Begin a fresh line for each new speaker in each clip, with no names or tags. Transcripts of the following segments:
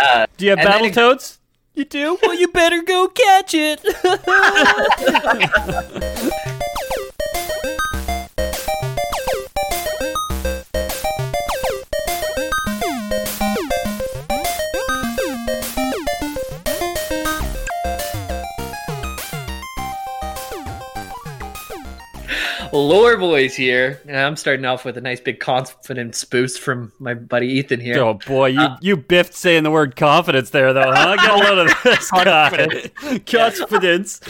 Uh,
Do you have
And then it-
Battletoads? You do? Well, you better go catch it.
Lore Boys here, and I'm starting off with a nice big confidence boost from my buddy Ethan here.
oh boy, you
Uh,
you biffed saying the word confidence there though, huh? Get a load of this guy. confidence.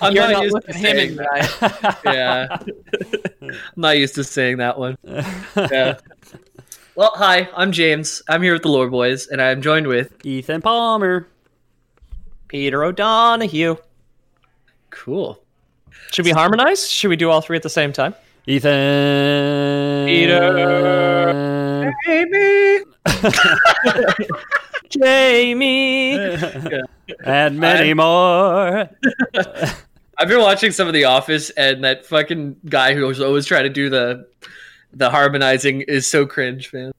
I'm
You're
not,
not
used to
looking him
saying
in
that. yeah, I'm not used to saying that one. Yeah. Well, hi, I'm James. I'm here with the Lore Boys, and I'm joined with
Ethan Palmer.
Peter O'Donohue.
cool
Should we harmonize? Should we do all three at the same time?
Ethan.
Peter. Jamie. Jamie.
and many more.
I've been watching some of The Office, and that fucking guy who was always trying to do the the harmonizing is so cringe, man.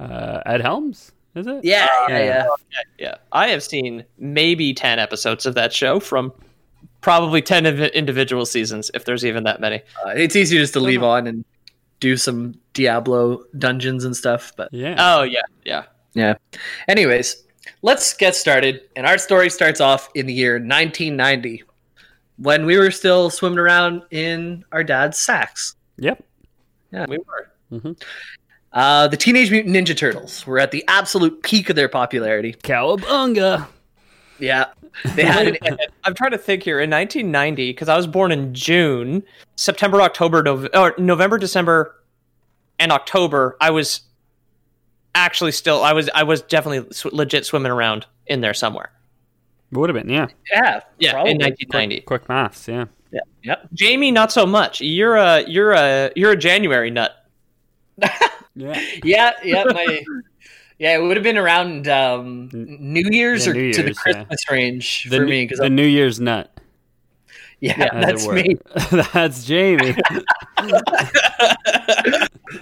Uh, Ed Helms, is it?
Yeah, yeah,
Yeah.
yeah.
Yeah, I have seen maybe 10 episodes of that show from probably 10 inv- individual seasons, if there's even that many.
Uh, it's easier just to leave on and do some Diablo dungeons and stuff, but
Yeah.
Oh, yeah, yeah.
Yeah. Anyways, let's get started. And our story starts off in the year 1990 when we were still swimming around in our dad's sacks.
yep.
We were.
Uh, the Teenage Mutant Ninja Turtles were at the absolute peak of their popularity.
Cowabunga.
Yeah. They had an.
I'm trying to think here. In 1990, because I was born in June, September, October, Nov or November, December, and October, I was actually still, I was, I was definitely sw- legit swimming around in there somewhere.
Would have been, yeah.
Yeah.
Yeah,
probably.
in 1990.
Quick maths, yeah.
Yep.
Jamie, not so much. You're a, you're a, you're a January nut.
Yeah.
Yeah. Yeah. My. Yeah, it would have been around um, New Year's
Yeah,
or
New
to the
Year's, yeah.
Christmas range
The,
for
new-
me because
the New Year's nut.
yeah,
as it
that's
were.
me.
that's Jamie.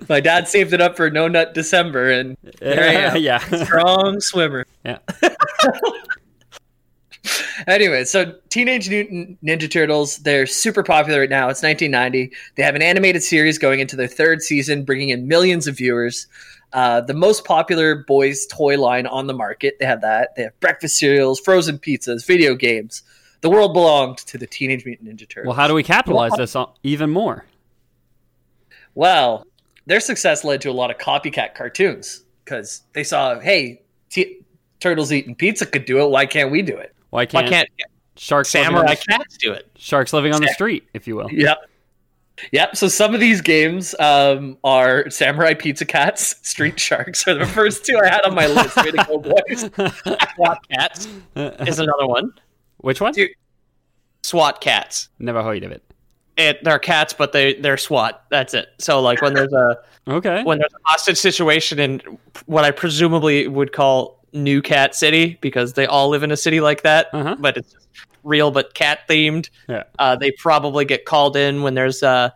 My dad saved it up for No Nut December, and There you
yeah.
strong swimmer.
Yeah.
anyway, so Teenage Mutant Ninja Turtles, they're super popular right now. It's 1990. They have an animated series going into their third season, bringing in millions of viewers. Uh, the most popular boys' toy line on the market. They have that. They have breakfast cereals, frozen pizzas, video games. The world belonged to the Teenage Mutant Ninja Turtles.
Well, how do we capitalize this on even more?
Well, their success led to a lot of copycat cartoons because they saw, hey, t- turtles eating pizza could do it. Why can't we do it?
Why
Why
can't,
can't
sharks living
samurai
on the,
cats do it?
sharks living on the street, if you will?
Yep. Yep. So some of these games um, are Samurai Pizza Cats, Street Sharks are the first two I had on my list. Way to go, boys.
SWAT cats is another one.
Which one?
Dude.
SWAT cats.
Never heard of it.
It, they're cats, but they they're SWAT. That's it. So like when there's a
Okay.
when there's a hostage situation in what I presumably would call New Cat City because they all live in a city like that,
Uh-huh.
but it's just real but cat themed.
Yeah.
Uh, they probably get called in when there's uh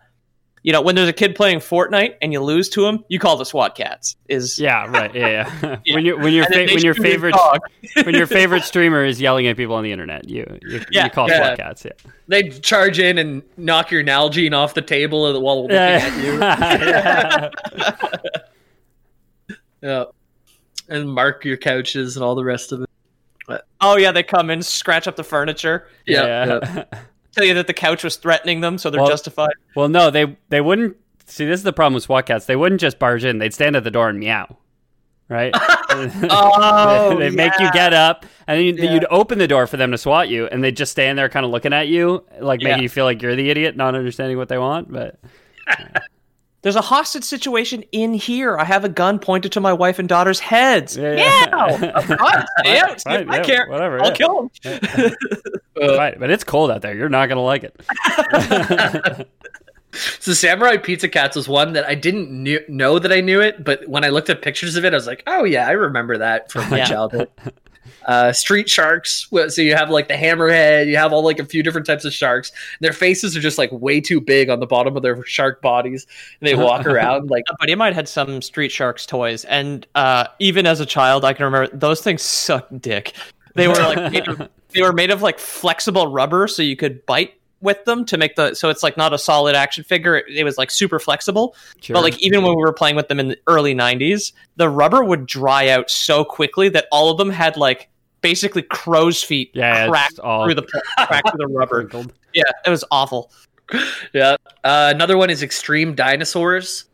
you know when there's a kid playing Fortnite and you lose to him, you call the SWAT cats. Is
Yeah. Right. Yeah. yeah.
Yeah.
When you when your
And
fa-
then they
when your
shoot his
favorite
dog.
when your favorite streamer is yelling at people on the internet, you you,
Yeah,
you call
yeah.
SWAT cats. Yeah.
They charge in and knock your Nalgene off the table while looking at you.
Yeah.
Yeah. And mark your couches and all the rest of it.
Oh yeah, they come in, scratch up the furniture,
Yeah. yeah.
Yeah.
tell you that the couch was threatening them, so they're
Well-
justified.
Well, no, they they wouldn't. See, this is the problem with SWAT cats. They wouldn't just barge in. They'd stand at the door and meow, right?
Oh,
they make you get up, and then you'd, you'd open the door for them to swat you, and they'd just stand there, kind of looking at you, like
Yeah.
making you feel like you're the idiot, not understanding what they want. But
There's a hostage situation in here. I have a gun pointed to my wife and daughter's heads.
Yeah,
Yeah,
yeah.
of course. yeah, see if
Right,
I
yeah,
care.
whatever,
I'll
yeah.
kill him.
right, but it's cold out there. You're not gonna like it.
So Samurai Pizza Cats was one that I didn't knew, know that I knew it, but when I looked at pictures of it, I was like, oh yeah, I remember that from my
Yeah.
childhood. Uh, street sharks. wh- So you have like the hammerhead, you have all like a few different types of sharks. Their faces are just like way too big on the bottom of their shark bodies, and they walk around like
A buddy of mine had some Street Sharks toys, and uh, even as a child, I can remember those things sucked dick. They were like made of, they were made of like flexible rubber, so you could bite with them to make the so it's like not a solid action figure. It, it was like super flexible,
Sure.
but like even when we were playing with them in the early '90s, the rubber would dry out so quickly that all of them had like basically crow's feet
Yeah, it's
cracked
all-
through the cracked through the rubber.
Crinkled.
Yeah, it was awful.
yeah. Uh, another one is extreme dinosaurs.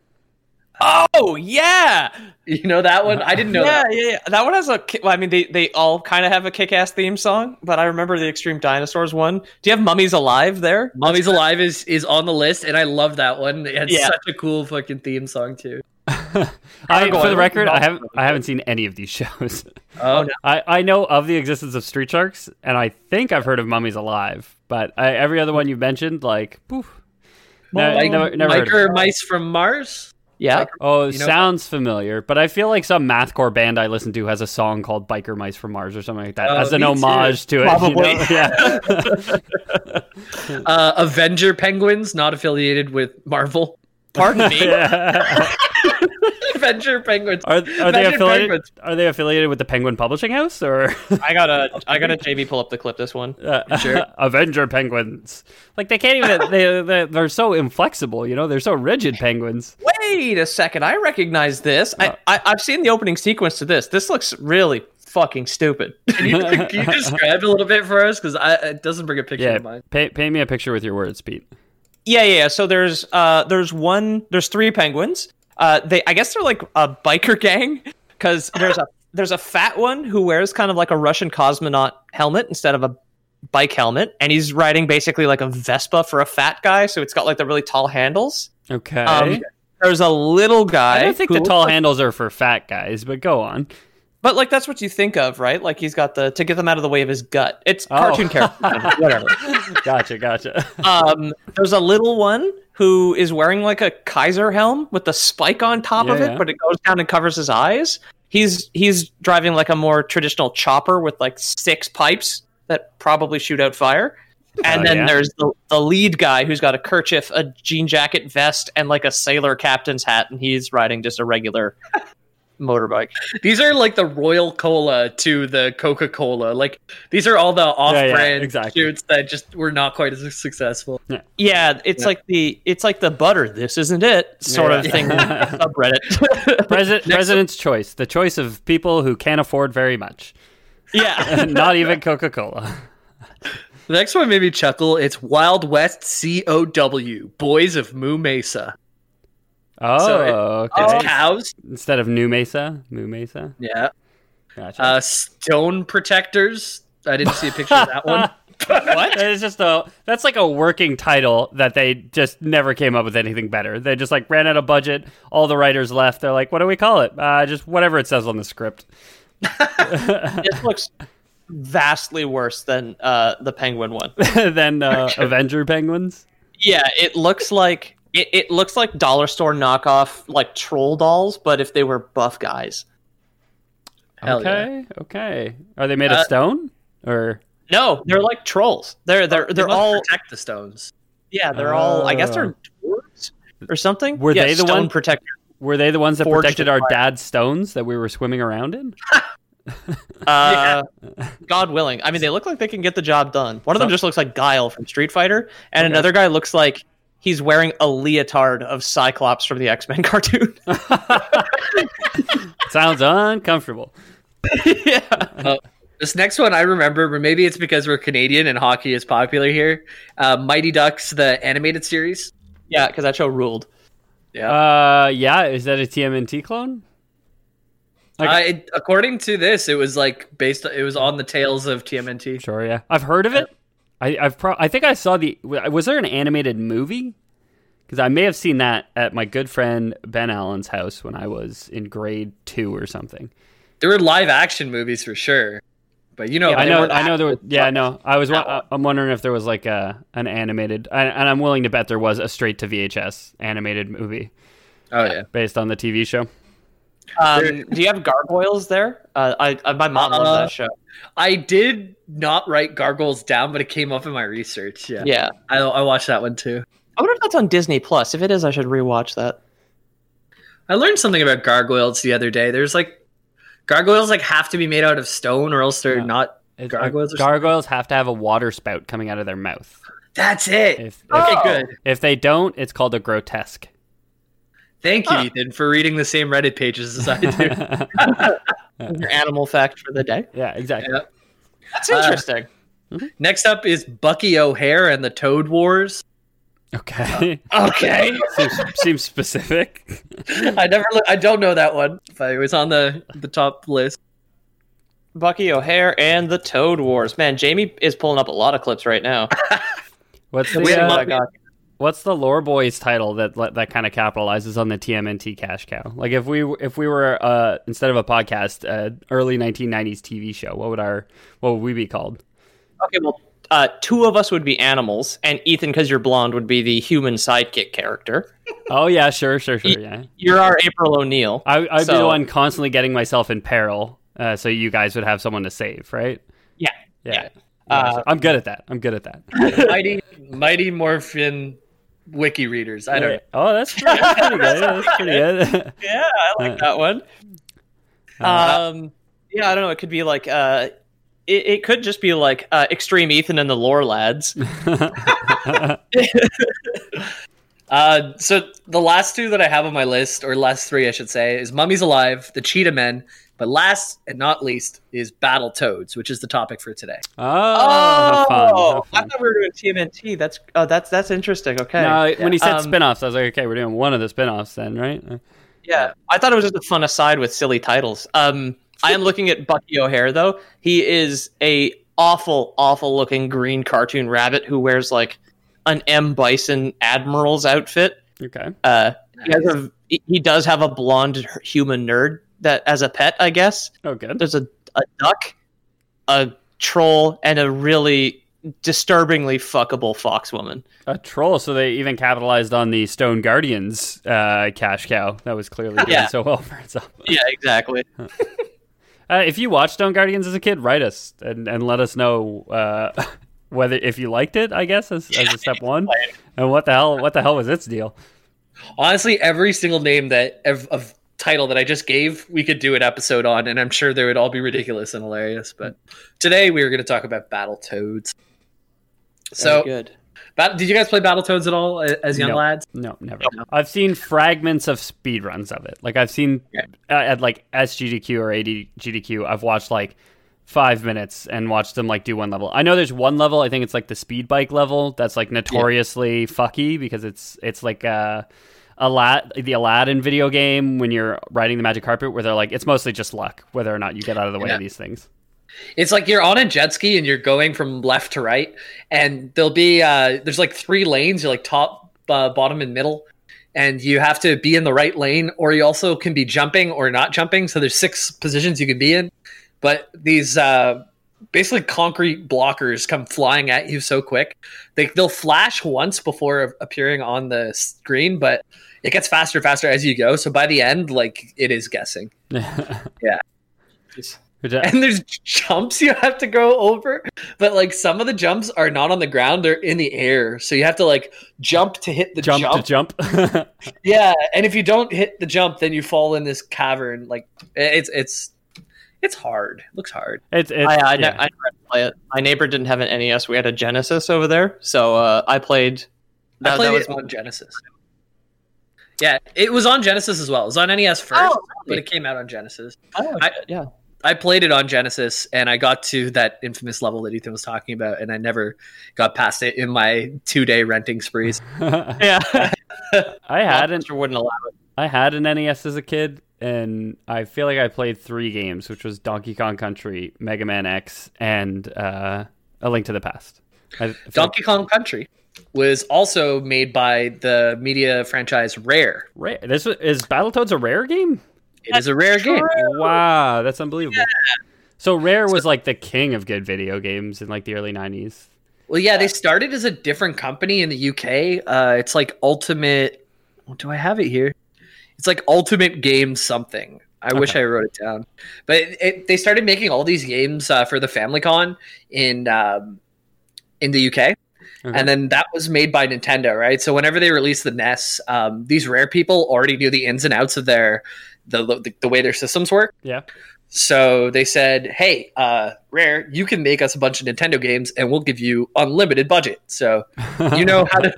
Oh yeah,
You know that one? I didn't know
yeah,
that.
yeah, yeah. That one has a. ki- Well, I mean, they they all kind of have a kick-ass theme song, but I remember the Extreme Dinosaurs one. Do you have Mummies Alive there?
Mummy's Alive is is on the list, and I love that one. It had
Yeah.
such a cool fucking theme song too.
I,
Gargoyle.
for the record, I haven't I haven't seen any of these shows.
Oh, no.
I, I know of the existence of street sharks, and I think I've heard of mummies alive, but I, every other one you've mentioned, like, poof. No,
Like,
never, never heard of it.
Micro Mice from Mars.
Yeah,
Oh,
you know-
sounds familiar, but I feel like some mathcore band I listen to has a song called "Biker Mice from Mars" or something like that,
Oh,
as an
me too.
homage to it. you
Probably.
know? Yeah.
Uh, Avenger Penguins, not affiliated with Marvel.
pardon me.
yeah.
Avenger Penguins.
Are, are they
Imagine
affiliated?
Penguins.
Are they affiliated with the Penguin Publishing House or
I gotta I gotta JB pull up the clip. This one.
uh, Avenger Penguins? Like they can't even. they they're, they're so inflexible. You know, they're so rigid. Penguins.
Wait a second, I recognize this. I,
Uh.
I I've seen the opening sequence to this. This looks really fucking stupid.
Can you, can you describe a little bit for us? Because it doesn't bring a picture
Yeah.
to mind.
Pay, pay me a picture with your words, Pete.
Yeah, yeah. yeah. So there's uh there's one there's three penguins. Uh they I guess they're like a biker gang cuz there's a there's a fat one who wears kind of like a Russian cosmonaut helmet instead of a bike helmet and he's riding basically like a Vespa for a fat guy so it's got like the really tall handles.
Okay.
Um there's a little guy
I don't think the
who-
tall handles are for fat guys, but go on.
But like that's what you think of, right? Like he's got the to get them out of the way of his gut. It's
Oh.
cartoon character whatever.
Gotcha, gotcha.
um, there's a little one who is wearing like a Kaiser helm with a spike on top of
Yeah.
it, but it goes down and covers his eyes. He's he's driving like a more traditional chopper with like six pipes that probably shoot out fire. And
Oh,
then
yeah.
there's the, the lead guy who's got a kerchief, a jean jacket, vest, and like a sailor captain's hat, and he's riding just a regular motorbike.
These are like the Royal Cola to the Coca Cola. Like these are all the off-brand
exactly.
shoots that just were not quite as successful.
Yeah, it's like the it's like the butter. This isn't it sort
Yeah.
of thing subreddit.
President, president's choice, the choice of people who can't afford very much,
yeah,
not even Coca Cola.
The next one made me chuckle. It's Wild West C O W Boys of Moo Mesa.
Oh,
So it- It's
okay.
cows.
Instead of New Mesa, Moo Mesa.
Yeah.
Gotcha.
Uh, stone protectors. I didn't see a picture of that one.
what? It's just a that's like a working title that they just never came up with anything better. They just like ran out of budget. All the writers left. They're like, what do we call it? Uh, just whatever it says on the script.
this looks vastly worse than uh, the penguin one.
then uh, Avenger Penguins.
Yeah, it looks like it, it looks like dollar store knockoff like troll dolls, but if they were buff guys.
Hell yeah.
okay, okay. Are they made of
Uh,
stone or?
No, they're like trolls. They're they're
They
they're
must
all
protect the stones.
yeah, they're all I guess
Oh.
they're dwarves or something.
Were
Yeah,
they the
stone
one-
protector?
Were they the ones that
Forged
protected
in
our
fire.
dad's stones that we were swimming around in?
Uh, God willing. I mean, they look like they can get the job done. One of them
So-
just looks like Guile from Street Fighter, and another guy looks like he's wearing a leotard of Cyclops from the X Men cartoon.
Sounds uncomfortable.
This next one I remember, but maybe it's because we're Canadian and hockey is popular here. Uh, Mighty Ducks, the animated series.
yeah, because that show ruled.
Yeah.
Uh, yeah, is that a TMNT clone?
Uh, it- according to this, it was like based. It was on the tales of TMNT.
Sure, yeah. I've heard of it. I, I've pro- I think I saw the. Was there an animated movie? because I may have seen that at my good friend Ben Allen's house when I was in grade two or something.
There were live action movies for sure, but you know,
I
they
know,
weren't
I know there. Was,
actual
yeah, I know. I was.
That one.
wa- I'm wondering if there was like a an animated, I, and I'm willing to bet there was a straight to VHS animated movie
Oh yeah.
based on the TV show.
Um, do you have gargoyles there? Uh, I, I my mom loves
Uh,
that show.
I did not write gargoyles down, but it came up in my research. Yeah,
Yeah,
I, I watched that one too.
I wonder if that's on Disney Plus. If it is, I should rewatch that.
I learned something about gargoyles the other day. There's like gargoyles like have to be made out of stone, or else they're
Yeah.
not.
It's-
Gargoyles or something?
gargoyles have to have a water spout coming out of their mouth.
That's it. Oh.
If if,
okay, good.
if they don't, it's called a grotesque.
Thank you,
Huh.
Ethan, for reading the same Reddit pages as I do.
yeah,
Your animal fact for the day.
exactly.
Yeah.
That's
Uh,
interesting.
Next up is Bucky O'Hare and the Toad Wars.
Okay,
Okay,
seems, seems specific.
I never. Look, I don't know that one, but it was on the the top list.
Bucky O'Hare and the Toad Wars. Man, Jamie is pulling up a lot of clips right now.
What's the
We had
uh,
a
Oh my God.
What's the lore boys title that that kind of capitalizes on the TMNT cash cow? Like if we if we were uh, instead of a podcast, uh, early 1990s TV show, what would our what would we be called?
Okay, well, uh, two of us would be animals, and Ethan, because you're blonde, would be the human sidekick character.
Oh yeah, sure, sure, sure. Yeah,
You're our April O'Neil.
I, I'd be the
So-
one constantly getting myself in peril, uh, so you guys would have someone to save, right?
Yeah,
yeah.
yeah.
Yeah,
Uh,
so- I'm good at that. I'm good at that.
Mighty Mighty Morphin wiki readers. I don't. know.
Oh, that's pretty, that's pretty good. Yeah, That's pretty good.
Yeah, I
Uh,
like that one. Um, yeah, I don't know. It could be like, uh, it, it could just be like uh, Extreme Ethan and the Lore Lads.
Uh, so the last two that I have on my list, or last three, I should say, is Mummies Alive, The Cheetah Men, but last and not least is Battle Toads, which is the topic for today.
Oh, how fun, how
I
fun.
thought we were doing TMNT. That's oh, that's that's interesting. Okay,
No, when he said
Um,
spin-offs, I was like, okay, we're doing one of the spin-offs then, right? Uh,
Yeah, I thought it was just a fun aside with silly titles. Um, I am looking at Bucky O'Hare though. He is a awful, awful looking green cartoon rabbit who wears like an M Bison admiral's outfit.
Okay.
Uh, he, has a, he- he does have a blonde human nerd that as a pet, I guess.
Oh, good.
There's a a duck, a troll, and a really disturbingly fuckable fox woman.
A troll. So they even capitalized on the Stone Guardians uh, cash cow that was clearly doing
Yeah.
so well for itself.
Yeah, exactly.
Uh, if you watched Stone Guardians as a kid, write us and, and let us know uh, whether if you liked it. I guess as, as a step one, and what the hell what the hell was its deal?
Honestly, every single name that of, of title that I just gave, we could do an episode on, and I'm sure they would all be ridiculous and hilarious. But today we are going to talk about Battle Toads.
Very
So,
good.
bat- did you guys play Battle Toads at all a- as young
No.
lads?
No, never. I've seen fragments of speedruns of it. Like I've seen uh, at like SGDQ or ADGDQ, I've watched like five minutes and watched them like do one level. I know there's one level. I think it's like the speed bike level that's like notoriously fucky because it's it's like uh, a lot the Aladdin video game when you're riding the magic carpet where they're like it's mostly just luck whether or not you get out of the way
Yeah.
of these things.
It's like you're on a jet ski and you're going from left to right, and there'll be uh, there's like three lanes. You're like top, uh, bottom, and middle, and you have to be in the right lane, or you also can be jumping or not jumping. So there's six positions you can be in, but these uh, basically concrete blockers come flying at you so quick they they'll flash once before appearing on the screen, but it gets faster and faster as you go. So by the end, like it is guessing.
Which uh, I-
and there's jumps you have to go over but like some of the jumps are not on the ground they're in the air so you have to like jump to hit the jump,
jump, to jump.
yeah and if you don't hit the jump then you fall in this cavern like it's it's it's hard it looks hard
it's it's
I, I, ne-
yeah.
I never had to play it. My neighbor didn't have an NES. We had a Genesis over there, so uh, I played.
i
That,
played
that was
it on genesis yeah it was on genesis as well it was on nes first
Oh,
but
really?
it came out on genesis
oh,
I-
yeah.
I played it on Genesis and I got to that infamous level that Ethan was talking about, and I never got past it in my two day renting sprees.
Yeah,
I had an
Monster wouldn't allow it.
I had an NES as a kid, and I feel like I played three games, which was Donkey Kong Country, Mega Man X, and uh, A Link to the Past. I feel
Donkey Kong Country was also made by the media franchise Rare.
like- Ra- this was, is Battletoads a rare game?
It is a rare game.
Wow, that's unbelievable. So Rare was like the king of good video games in like the early 90s.
Well, yeah, they started as a different company in the UK. Uh, it's like Ultimate. What do I have it here? It's like Ultimate Game something. I wish I wrote it down. But it, it, they started making all these games uh, for the FamilyCon in um, in the UK, and then that was made by Nintendo, right? So whenever they released the NES, um, these rare people already knew the ins and outs of their the the, the way their systems work.
Yeah.
So they said, "Hey, uh, Rare, you can make us a bunch of Nintendo games, and we'll give you unlimited budget. So you know how to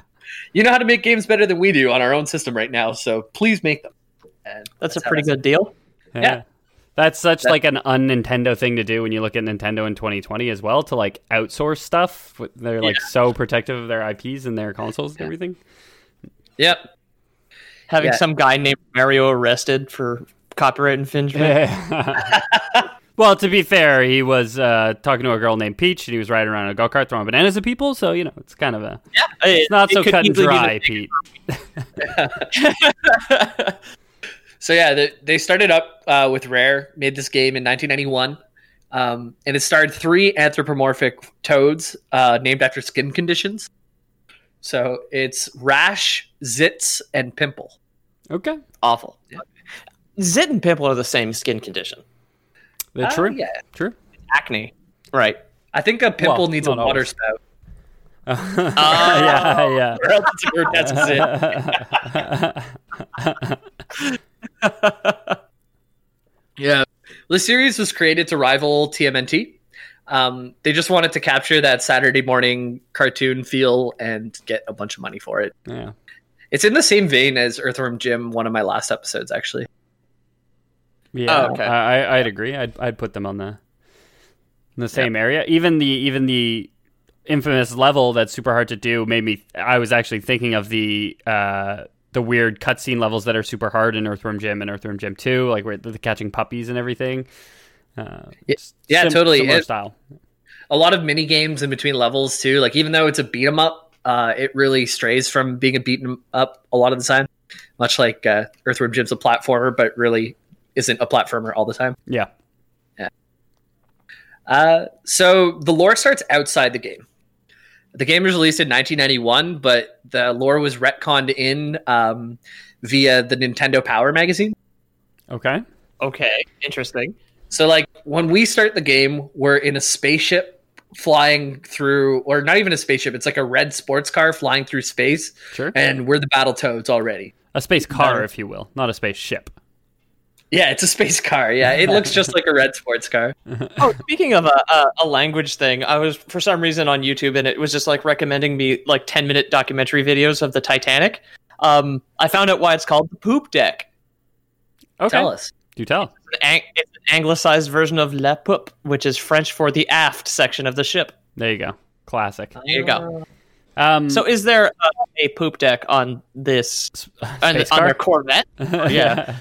you know how to make games better than we do on our own system right now. So please make them." And
That's, a
how
pretty good deal.
Yeah.
Yeah.
That's such like an un Nintendo thing to do when you look at Nintendo in 2020 as well to like outsource stuff. They're like so protective of their IPs and their consoles and everything.
Yep.
Having
Yeah.
some guy named Mario arrested for copyright infringement.
well, to be fair, he was uh, talking to a girl named Peach and he was riding around in a go kart throwing bananas at people. So, you know, it's kind of a it's not so cut and dry, Pete.
So yeah, they, they started up uh, with Rare, made this game in 1991, um, and it starred three anthropomorphic toads uh, named after skin conditions. So it's rash, zits, and pimple.
Okay.
Awful. Zit and pimple are the same skin condition.
That's
Uh,
true.
yeah.
True.
Acne. Right.
I think a pimple
Well,
needs a
not
water
always.
spout. Uh,
yeah, yeah.
Or else it's a grotesque zit. Yeah. The series was created to rival TMNT. Um, they just wanted to capture that Saturday morning cartoon feel and get a bunch of money for it.
Yeah.
It's in the same vein as Earthworm Jim, one of my last episodes, actually.
Yeah,
Oh, okay.
I, I- I'd agree. I'd, I'd put them on the in the same area. Even the even the infamous level that's super hard to do made me. I was actually thinking of the uh, the weird cutscene levels that are super hard in Earthworm Jim and Earthworm Jim Two, like where the, the catching puppies and everything. Uh, s-
yeah, totally.
Similar
It-
style.
A lot of mini games in between levels, too. Like, even though it's a beat 'em up, uh, it really strays from being a beat 'em up a lot of the time, much like uh, Earthworm Jim's a platformer, but really isn't a platformer all the time.
Yeah.
Uh, so the lore starts outside the game. The game was released in 1991, but the lore was retconned in um, via the Nintendo Power magazine.
Okay.
Okay. Interesting.
So, like, when we start the game, we're in a spaceship flying through, or not even a spaceship, it's like a red sports car flying through space,
Sure.
and we're the battle toads already.
A space car, if you will, not a spaceship.
Yeah, it's a space car. Yeah, it looks just like a red sports car.
Oh, speaking of a, a, a language thing, I was for some reason on YouTube and it was just like recommending me like 10 minute documentary videos of the Titanic. Um, I found out why it's called the poop deck.
Okay.
Tell us.
Do tell.
An ang- It's an anglicized version of la poupe, which is French for the aft section of the ship.
There you go. Classic.
There you go.
Um,
So, is there a, a poop deck on this on,
Space
on
car?
their Corvette?
yeah.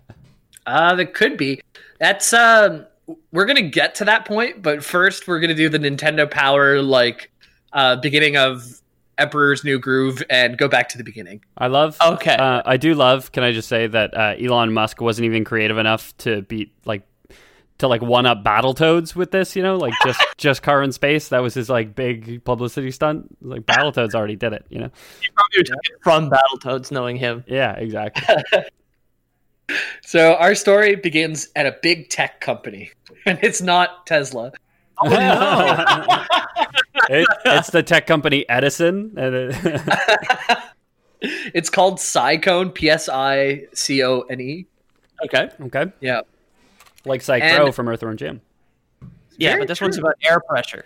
Uh, that could be. That's um we're gonna get to that point, but first we're gonna do the Nintendo Power like uh beginning of Emperor's New Groove and go back to the beginning.
I love.
Okay.
Uh, I do love. Can I just say that uh, Elon Musk wasn't even creative enough to beat like to like one up Battletoads with this? You know, like just just car in space. That was his like big publicity stunt. Like Battletoads already did it. You know.
Probably took it from Battletoads, knowing him.
Yeah. Exactly.
So our story begins at a big tech company. And it's not Tesla.
It- it's the tech company Edison. And it-
It's called Psycone, P S I C O N E.
Okay.
okay.
Yeah.
Like Psych
And-
Pro from Earthworm Jim.
Yeah,
Very
but this one's about air pressure.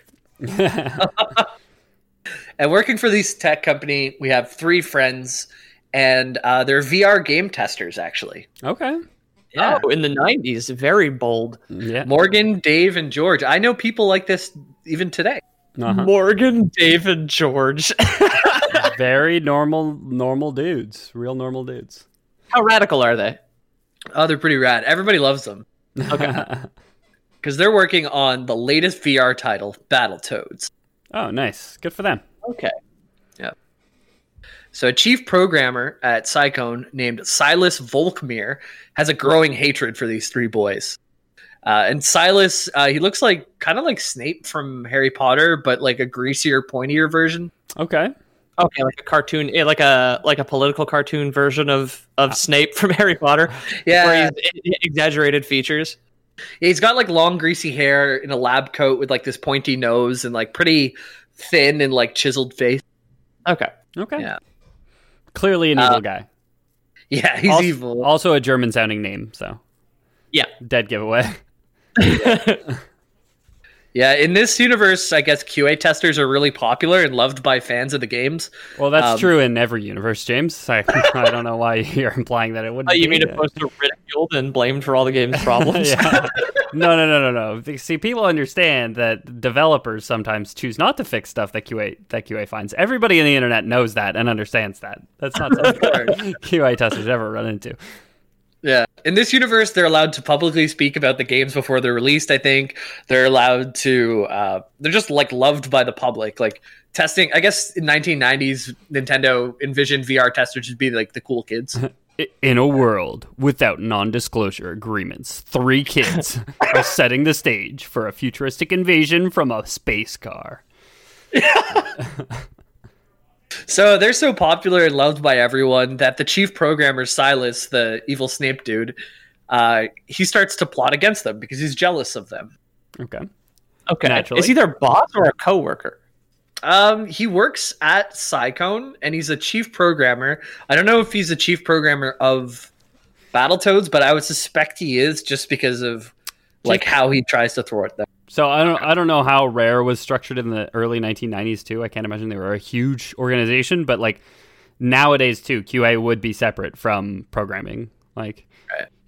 And working for this tech company, we have three friends and uh, they're VR game testers actually.
Okay.
Yeah.
Oh, in the 90s, very bold.
Yeah.
Morgan, Dave, and George. I know people like this even today.
Uh-huh.
Morgan, David, George.
Very normal, normal dudes. Real normal dudes.
How radical are they?
Oh, they're pretty rad. Everybody loves them because they're working on the latest VR title, Battletoads.
oh, nice. Good for them.
Okay.
So, a chief programmer at Psycone named Silas Volkmir has a growing hatred for these three boys. Uh, and Silas, uh, he looks like kind of like Snape from Harry Potter, but like a greasier, pointier version.
Okay.
Okay, like a cartoon, eh, like a like a political cartoon version of of Snape from Harry Potter,
Yeah,
where he's e- exaggerated features.
Yeah, he's got like long greasy hair in a lab coat with like this pointy nose and like pretty thin and like chiseled face.
Okay,
Okay.
Yeah.
Clearly an evil guy.
Yeah, he's
also,
evil.
Also a German sounding name, so
yeah,
dead giveaway.
yeah, in this universe, I guess QA testers are really popular and loved by fans of the games.
Well, that's
Um,
true in every universe, James. I, I don't know why you're implying that it
Oh,
wouldn't.
Uh, you
be
mean
that.
opposed to ridiculed and blamed for all the game's problems?
yeah. No, no, no, no, no. See, people understand that developers sometimes choose not to fix stuff that QA that QA finds. Everybody in the internet knows that and understands that. That's not something QA testers ever run into.
Yeah. In this universe, they're allowed to publicly speak about the games before they're released, I think. They're allowed to, uh, they're just like loved by the public. Like testing, I guess in 1990s, Nintendo envisioned VR testers to be like the cool kids.
I- In a world without non-disclosure agreements, three kids are setting the stage for a futuristic invasion from a space car.
so they're so popular and loved by everyone that the chief programmer, Silas, the evil Snape dude, uh, he starts to plot against them because he's jealous of them.
Okay.
Okay,
Naturally.
is he their boss or a coworker?
Um, he works at Psycone and he's a chief programmer. I don't know if he's a chief programmer of Battletoads, but I would suspect he is just because of like how he tries to thwart them.
So I don't I don't know how Rare was structured in the early 1990s too. I can't imagine they were a huge organization, but like nowadays too, QA would be separate from programming. Like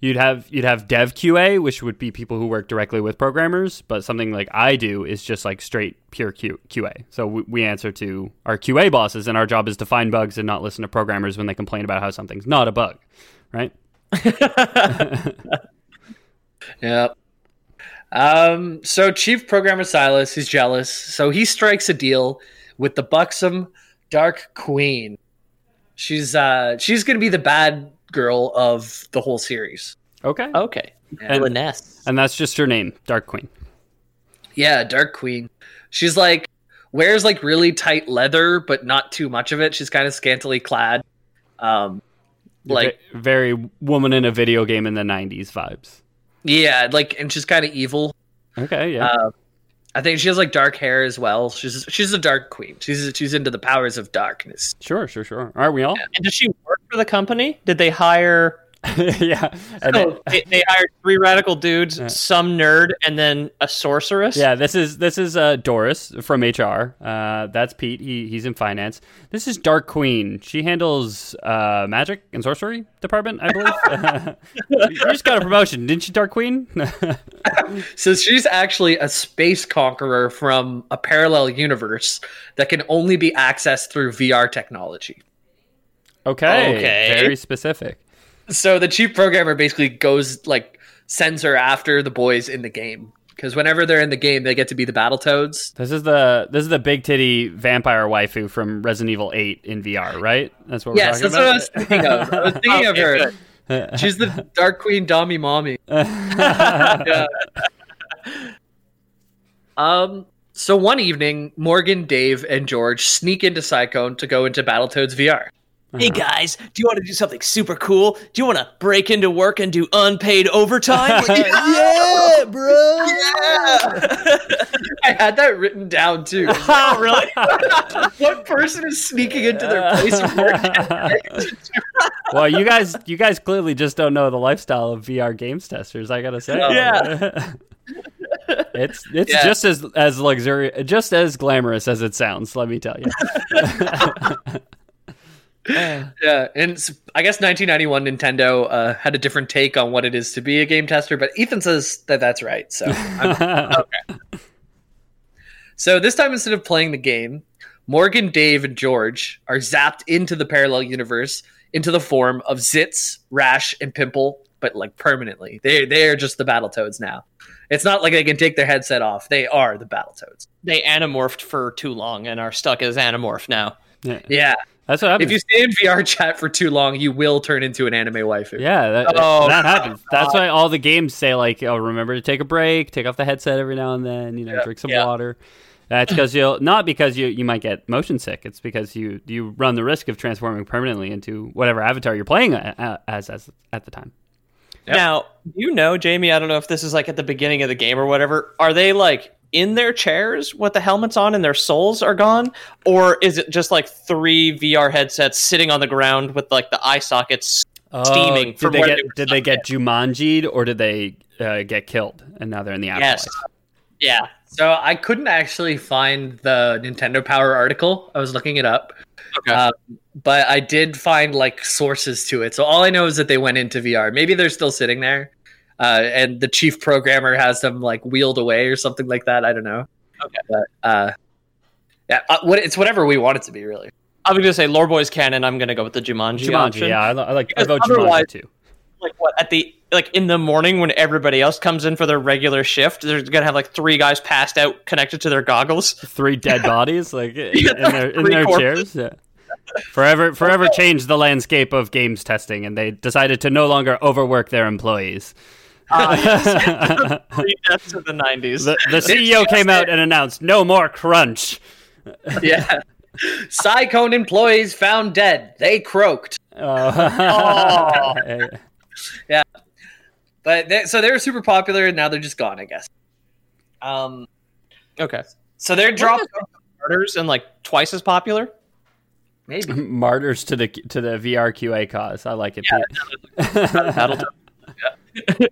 you'd have you'd have dev QA, which would be people who work directly with programmers, but something like I do is just like straight pure Q, QA. So we, we answer to our QA bosses, and our job is to find bugs and not listen to programmers when they complain about how something's not a bug, right?
Yeah. Um, so chief programmer Silas is jealous, so he strikes a deal with the buxom Dark Queen. She's uh she's gonna be the bad girl of the whole series.
Okay,
Okay,
And-
Vanessa.
and that's just her name, Dark Queen.
Yeah, Dark Queen. She's like wears like really tight leather, but not too much of it. She's kind of scantily clad. Um like
Ve- very woman in a video game in the 90s vibes
yeah, like and she's kind of evil.
okay yeah
Uh, I think she has like dark hair as well. She's she's a dark queen. She's she's into the powers of darkness.
sure sure sure aren't we all
And does she work for the company? Did they hire?
yeah And
No,
it-
they, they hired three radical dudes, some nerd, and then a sorceress.
yeah this is this is uh, doris from hr uh, that's pete he, he's in finance this is dark queen she handles uh, magic and sorcery department i believe you just got a promotion didn't you dark queen
So she's actually a space conqueror from a parallel universe that can only be accessed through VR technology.
okay
Okay.
very specific
so the chief programmer basically goes like sends her after the boys in the game because whenever they're in the game they get to be the battle toads
this is the this is the big titty vampire waifu from resident evil 8 in vr right that's what we're
yes
talking
that's what i
about Oh,
was thinking of i was thinking of her she's the dark queen dommy mommy Yeah. um so one evening morgan dave and george sneak into psychone to go into battletoads vr
Hey guys, do you want to do something super cool? Do you want to break into work and do unpaid overtime? yeah, bro.
i had that written down too
Oh, really?
what person is sneaking into their place of work
well, you guys, you guys clearly just don't know the lifestyle of VR games testers. I gotta say,
Yeah.
it's it's
Yeah.
just as as luxurious, just as glamorous as it sounds. Let me tell you.
Yeah, and s- I guess 1991 Nintendo uh, had a different take on what it is to be a game tester, but Ethan says that that's right. So, I'm, so this time instead of playing the game, Morgan, Dave, and George are zapped into the parallel universe into the form of Zitz, Rash, and Pimple, but like permanently. They they're just the Battletoads now. It's not like they can take their headset off. They are the Battletoads.
They anamorphed for too long and are stuck as anamorph now.
Yeah.
Yeah.
That's what happens.
If you stay in VR chat for too long, you will turn into an anime waifu.
yeah, that,
Oh,
that happens. That's why all the games say like, "Oh, remember to take a break, take off the headset every now and then, you know, drink some
yeah.
water." That's because you'll not because you you might get motion sick. It's because you you run the risk of transforming permanently into whatever avatar you're playing a- a- as as at the time.
Now, do you know, Jamie, I don't know if this is like at the beginning of the game or whatever. Are they like in their chairs with the helmets on and their souls are gone? Or is it just like three VR headsets sitting on the ground with like the eye sockets? Steaming
Oh, Did
from
they
where
get
they were
did they get
stuck
Jumanji'd or did they uh, get killed and now they're in the afterlife?
Yes. Yeah.
So I couldn't actually find the Nintendo Power article. I was looking it up.
Okay.
Um, but I did find like sources to it. So all I know is that they went into VR. Maybe they're still sitting there. Uh, and the chief programmer has them like wheeled away or something like that. I don't know.
Okay.
But, uh, yeah, uh, what, it's whatever we want it to be, really.
I was going to say Lore Boys canon. I'm going to go with the Jumanji,
Jumanji.
option.
Yeah, I, li- I like I
Because
vote
otherwise-
Jumanji too.
Like what at the like in the morning when everybody else comes in for their regular shift, they're going to have like three guys passed out connected to their goggles.
Three dead bodies like in, in their in
three
their chairs.
corpses.
Yeah. Forever, forever changed the landscape of games testing, and they decided to no longer overwork their employees.
Ah, Three deaths in the 90s.
The, the CEO came out and announced, "No more crunch."
Yeah. Psycone employees found dead. They croaked.
Uh,
But they, so they were super popular, and now they're just gone, I guess. Um,
okay.
so they're dropped.
Murders and like twice as popular.
Maybe.
Martyrs to the to the VRQA cause. I like it. Pete.
That'll do.